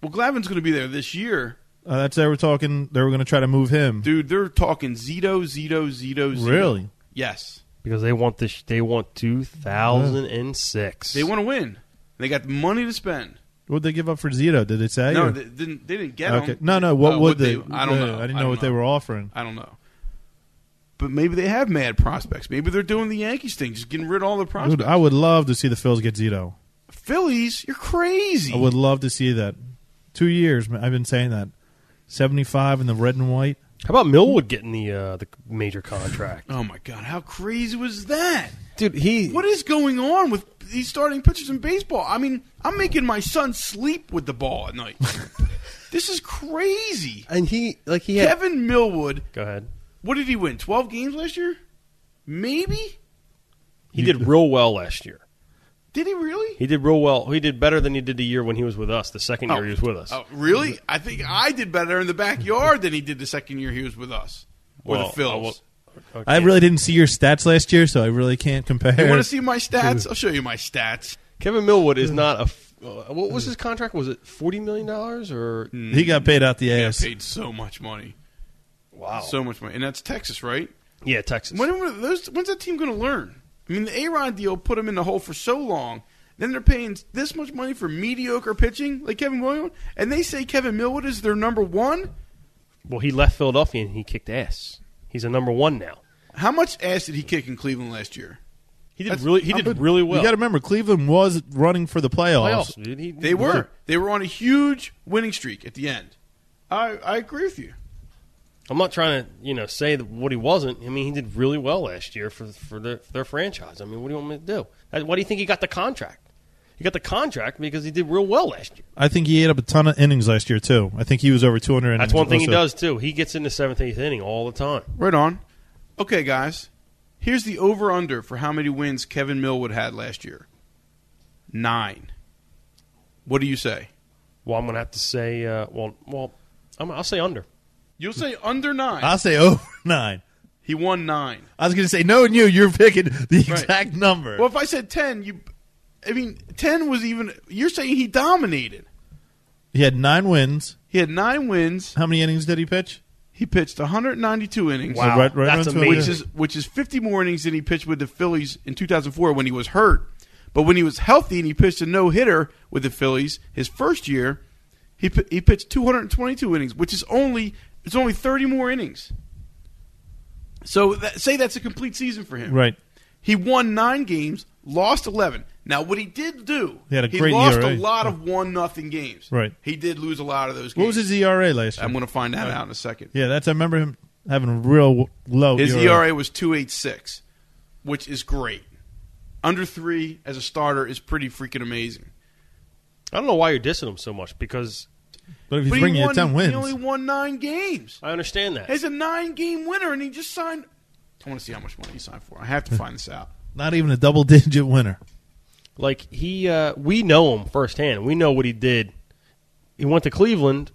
[SPEAKER 2] Well, Glavin's going to be there this year,
[SPEAKER 4] Uh, that's they were talking. They were going to try to move him.
[SPEAKER 2] dude. They're talking Zito, Zito, Zito, Zito.
[SPEAKER 4] Really?
[SPEAKER 2] Yes.
[SPEAKER 3] Because they want this. They want 2006.
[SPEAKER 2] They want to win. They got the money to spend.
[SPEAKER 4] What would they give up for Zito? Did it say?
[SPEAKER 2] No,
[SPEAKER 4] or-
[SPEAKER 2] they didn't. They didn't get
[SPEAKER 4] okay.
[SPEAKER 2] him.
[SPEAKER 4] No, no. What
[SPEAKER 2] Uh,
[SPEAKER 4] would they?
[SPEAKER 2] I don't
[SPEAKER 4] yeah,
[SPEAKER 2] know.
[SPEAKER 4] I didn't know
[SPEAKER 2] don't
[SPEAKER 4] what they were offering.
[SPEAKER 2] I don't know. But maybe they have mad prospects. Maybe they're doing the Yankees thing, just getting rid of all the prospects.
[SPEAKER 4] Dude, I would love to see the Phils get Zito.
[SPEAKER 2] Phillies, you're crazy.
[SPEAKER 4] I would love to see that. Two years, man, I've been saying that. Seventy-five in the red and white.
[SPEAKER 3] How about Millwood getting the uh, the major contract?
[SPEAKER 2] oh my god, how crazy was that?
[SPEAKER 3] Dude, he
[SPEAKER 2] What is going on with these starting pitchers in baseball? I mean, I'm making my son sleep with the ball at night. this is crazy.
[SPEAKER 6] And he like he had
[SPEAKER 2] Kevin Millwood,
[SPEAKER 3] Go ahead.
[SPEAKER 2] what did he win? 12 games last year? Maybe?
[SPEAKER 3] He
[SPEAKER 4] You-
[SPEAKER 3] did real well last year.
[SPEAKER 2] Did he really?
[SPEAKER 3] He did real well. He did better than he did the year when he was with us. The second year he was with us.
[SPEAKER 2] Oh, really?
[SPEAKER 3] Mm-hmm.
[SPEAKER 2] I think I did better in the backyard than he did the second year he was with us. Or
[SPEAKER 3] Well,
[SPEAKER 2] the Phils.
[SPEAKER 3] I will- okay.
[SPEAKER 4] I really didn't see your stats last year, so I really can't compare.
[SPEAKER 2] You want to see my stats? I'll show you my stats.
[SPEAKER 3] Kevin Millwood
[SPEAKER 4] Mm.
[SPEAKER 3] is not a. f- uh, What was his contract? Was it forty million dollars or
[SPEAKER 2] Mm.
[SPEAKER 4] he got paid out the
[SPEAKER 2] They
[SPEAKER 4] ass.
[SPEAKER 2] got paid so much money,
[SPEAKER 3] wow?
[SPEAKER 2] so much money, and that's Texas, right?
[SPEAKER 3] yeah, Texas.
[SPEAKER 2] When when are those? When's that team going to learn? I mean, the Aaron deal put them in the hole for so long. Then they're paying this much money for mediocre pitching, like Kevin Williams, and they say Kevin Millwood is their number one.
[SPEAKER 3] well, he left Philadelphia and he kicked ass. He's a number one now.
[SPEAKER 2] How much ass did he kick in Cleveland last year?
[SPEAKER 3] He did
[SPEAKER 2] That's-
[SPEAKER 3] really. He
[SPEAKER 2] I'm
[SPEAKER 3] did
[SPEAKER 2] good.
[SPEAKER 3] really well.
[SPEAKER 4] You got to remember, Cleveland was running for the playoffs.
[SPEAKER 3] playoffs, dude. He-
[SPEAKER 2] They
[SPEAKER 3] he-
[SPEAKER 2] were they were on a huge winning streak at the end. I I agree with you.
[SPEAKER 3] I'm not trying to you know say that what he wasn't. I mean, he did really well last year for for their, for their franchise. I mean, what do you want me to do? That- Why do you think he got the contract? He got the contract because he did real well last year.
[SPEAKER 4] I think he ate up a ton of innings last year too. I think he was over 200 innings.
[SPEAKER 3] That's one thing he
[SPEAKER 4] also.
[SPEAKER 3] does too. He gets in the seventh, eighth inning all the time.
[SPEAKER 2] Right on. Okay, guys. Here's the over under for how many wins Kevin Millwood had last year. Nine. What do you say?
[SPEAKER 3] Well, I'm going to have to say, uh, well, well, I'm, I'll say under.
[SPEAKER 2] You'll say under nine.
[SPEAKER 4] I'll say over nine.
[SPEAKER 2] he won nine.
[SPEAKER 4] I was going to say no, and you, you're picking the
[SPEAKER 2] Right.
[SPEAKER 4] exact number.
[SPEAKER 2] Well, if I said ten, you, I mean, ten was even. You're saying he dominated.
[SPEAKER 4] He had nine wins.
[SPEAKER 2] He had nine wins.
[SPEAKER 4] How many innings did he pitch?
[SPEAKER 2] He pitched 192 innings,
[SPEAKER 4] Wow. right- right
[SPEAKER 3] that's
[SPEAKER 4] around to
[SPEAKER 3] amazing.
[SPEAKER 2] which is which is 50 more innings than he pitched with the Phillies in 2004 when he was hurt. But when he was healthy and he pitched a no hitter with the Phillies his first year, he pi- he pitched 222 innings, which is only it's only 30 more innings. So that, say that's a complete season for him.
[SPEAKER 4] Right.
[SPEAKER 2] He won nine games, lost eleven. Now, what he did do,
[SPEAKER 4] He had a great
[SPEAKER 2] lost
[SPEAKER 4] year, right?
[SPEAKER 2] a lot of one nothing games.
[SPEAKER 4] Right.
[SPEAKER 2] He did lose a lot of those. games.
[SPEAKER 4] What was his E ERA last year?
[SPEAKER 2] I'm going to find that out in a second.
[SPEAKER 4] yeah, that's. I remember him having a real w- low E
[SPEAKER 2] His E
[SPEAKER 4] ERA.
[SPEAKER 2] ERA was two eight six, which is great. Under three as a starter is pretty freaking amazing.
[SPEAKER 3] I don't know why you're dissing him so much because
[SPEAKER 4] But if he's
[SPEAKER 2] but
[SPEAKER 4] bringing
[SPEAKER 2] he
[SPEAKER 4] you
[SPEAKER 2] won,
[SPEAKER 4] ten wins,
[SPEAKER 2] He only won nine games.
[SPEAKER 3] I understand that.
[SPEAKER 2] He's a nine game winner, and he just signed. I want to see how much money he signed for. I have
[SPEAKER 4] Hmm.
[SPEAKER 2] to find this out.
[SPEAKER 4] not even a double digit winner.
[SPEAKER 3] Like he, uh, we know him firsthand. We know what he did. He went to Cleveland.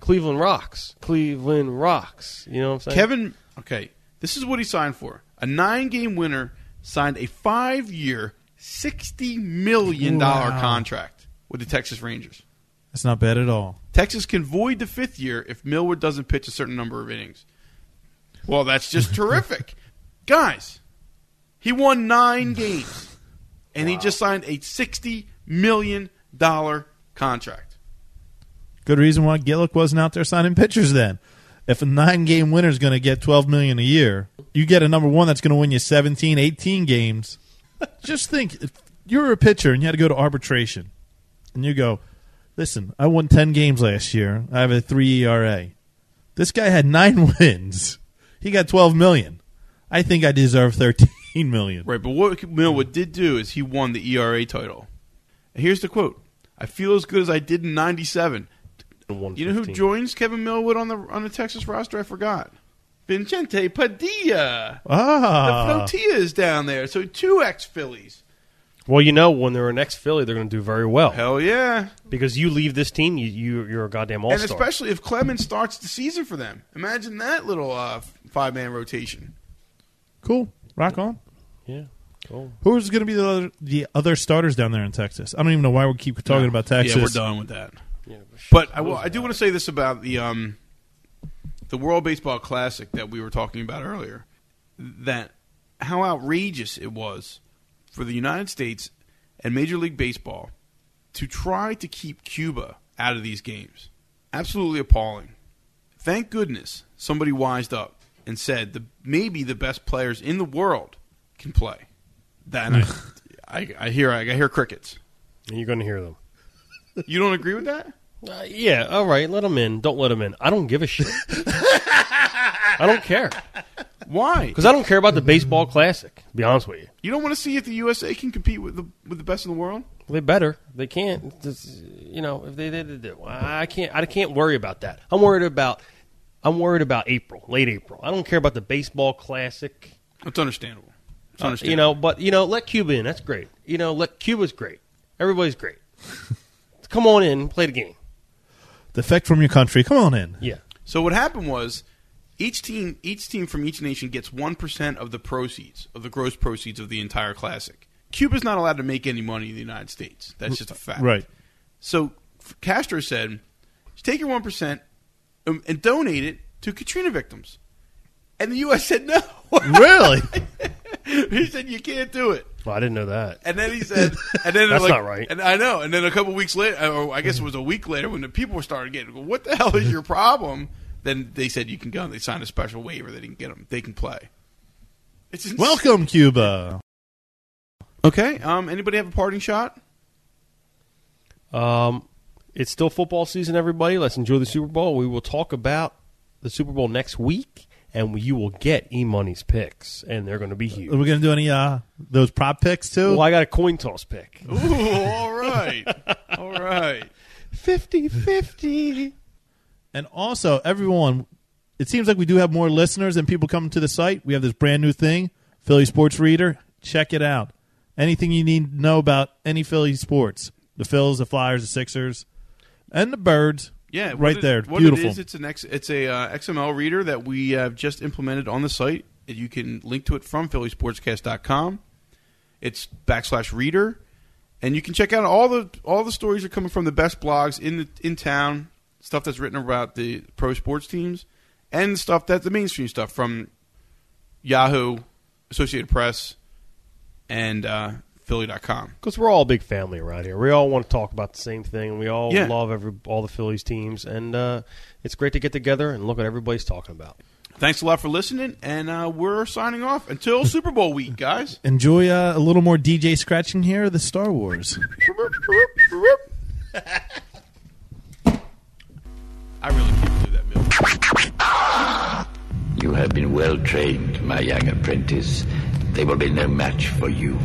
[SPEAKER 3] Cleveland rocks. Cleveland rocks. You know what I'm saying?
[SPEAKER 2] Kevin, okay, this is what he signed for. A nine game winner signed a five year, $60 million
[SPEAKER 4] Wow.
[SPEAKER 2] contract with the Texas Rangers.
[SPEAKER 4] That's not bad at all.
[SPEAKER 2] Texas can void the fifth year if Millward doesn't pitch a certain number of innings. Well, that's just terrific. Guys, he won nine games, and he just signed a $60 million contract.
[SPEAKER 4] Good reason why Gillick wasn't out there signing pitchers then. If a nine game winner is going to get 12 million a year, you get a number one that's going to win you 17, 18 games. Just think if you were a pitcher and you had to go to arbitration and you go, listen, I won 10 games last year. I have a 3 ERA. This guy had nine wins. He got 12 million. I think I deserve 13 million.
[SPEAKER 2] Right, but what Millwood did do is he won the ERA title. And here's the quote: "I feel as good as I did in '97." You know who
[SPEAKER 3] 115.
[SPEAKER 2] joins Kevin Millwood on the on the Texas roster? I forgot. Vincente Padilla. The
[SPEAKER 4] Ah.
[SPEAKER 2] flotilla is down there, so two ex Phillies.
[SPEAKER 3] Well, you know when they're next Philly, they're going to do very well
[SPEAKER 2] Hell yeah!
[SPEAKER 3] because you leave this team, you, you you're a goddamn all
[SPEAKER 2] and
[SPEAKER 3] star.
[SPEAKER 2] especially if Clemens starts the season for them. Imagine that little uh, five man rotation.
[SPEAKER 4] Cool. Rock on.
[SPEAKER 3] yeah. Cool.
[SPEAKER 4] Who's going to be the other, the other starters down there in Texas? I don't even know why we keep talking about Texas.
[SPEAKER 2] Yeah, we're done with that.
[SPEAKER 3] Yeah,
[SPEAKER 2] But I, will, I do want to say this about the um, the World Baseball Classic that we were talking about earlier. That how outrageous it was for the United States and Major League Baseball to try to keep Cuba out of these games. Absolutely appalling. Thank goodness somebody wised up and said the, maybe the best players in the world can play. That night, I, I hear I hear crickets.
[SPEAKER 3] and you're going to hear them.
[SPEAKER 2] You don't agree with that?
[SPEAKER 3] Uh, yeah, all right, let them in. Don't let them in. I don't give a shit. I don't care
[SPEAKER 2] Why?
[SPEAKER 3] because I don't care about the baseball classic. To be honest with you,
[SPEAKER 2] You don't want to see if the USA can compete with the with the best in the world?
[SPEAKER 3] they better. They can't. This- You know, if they did, they did. I can't. I can't worry about that. I'm worried about. I'm worried about April, late April. I don't care about the baseball classic.
[SPEAKER 2] It's understandable. It's
[SPEAKER 3] Uh,
[SPEAKER 2] understandable.
[SPEAKER 3] You know, but you know, let Cuba in. That's great. You know, let Cuba's great. Everybody's great. Come on in, play the game.
[SPEAKER 4] Defect from your country. Come on in.
[SPEAKER 3] Yeah,
[SPEAKER 2] So what happened was each team each team from each nation gets 1% of the proceeds of the gross proceeds of the entire classic. Cuba's not allowed to make any money in the United States. That's just a fact.
[SPEAKER 4] Right.
[SPEAKER 2] So F- Castro said, "Take your 1% um, and donate it to Katrina victims." And the US said no.
[SPEAKER 4] Really?
[SPEAKER 2] he said you can't do it.
[SPEAKER 3] well, I didn't know that.
[SPEAKER 2] And then he said, and then
[SPEAKER 3] That's
[SPEAKER 2] like,
[SPEAKER 3] not right.
[SPEAKER 2] And I know. And then a couple weeks later, or I guess it was a week later, when the people started getting, what the hell is your problem? Then they said you can go. And they signed a special waiver that he can get them. They can play. It's ins-
[SPEAKER 4] Welcome, Cuba.
[SPEAKER 2] Okay. Um. Anybody have a parting shot?
[SPEAKER 3] Um, it's still football season, everybody. Let's enjoy the Super Bowl. We will talk about the Super Bowl next week, and you will get E Money's picks, and they're going to be
[SPEAKER 4] Are
[SPEAKER 3] huge.
[SPEAKER 4] we going to do any uh those prop picks too?
[SPEAKER 3] Well, I got a coin toss pick.
[SPEAKER 2] Ooh. All right. all right.
[SPEAKER 3] 50 50.
[SPEAKER 4] And also, everyone, it seems like we do have more listeners and people coming to the site. We have this brand new thing, Philly Sports Reader. Check it out. Anything you need to know about any Philly sports the Phils, the Flyers, the Sixers, and the Birds.
[SPEAKER 2] Yeah. what
[SPEAKER 4] right
[SPEAKER 2] it-
[SPEAKER 4] there.
[SPEAKER 2] What
[SPEAKER 4] Beautiful.
[SPEAKER 2] It is, it's an X, It's a uh, XML reader that we have just implemented on the site. You can link to it from phillysportscast.com. It's backslash reader, and you can check out all the all the stories are coming from the best blogs in the in town. Stuff that's written about the pro sports teams, and stuff that the mainstream stuff from Yahoo, Associated Press, and uh, Philly.com.
[SPEAKER 3] Because we're all a big family around here. We all want to talk about the same thing. We all
[SPEAKER 2] Yeah.
[SPEAKER 3] love every all the Phillies teams, and uh, it's great to get together and look what everybody's talking about.
[SPEAKER 2] Thanks a lot for listening, and uh, we're signing off until Super Bowl week, guys.
[SPEAKER 4] Enjoy uh, a little more DJ scratching here of the Star Wars.
[SPEAKER 2] I really can't believe that milk.
[SPEAKER 1] You have been well trained, my young apprentice. They will be no match for you.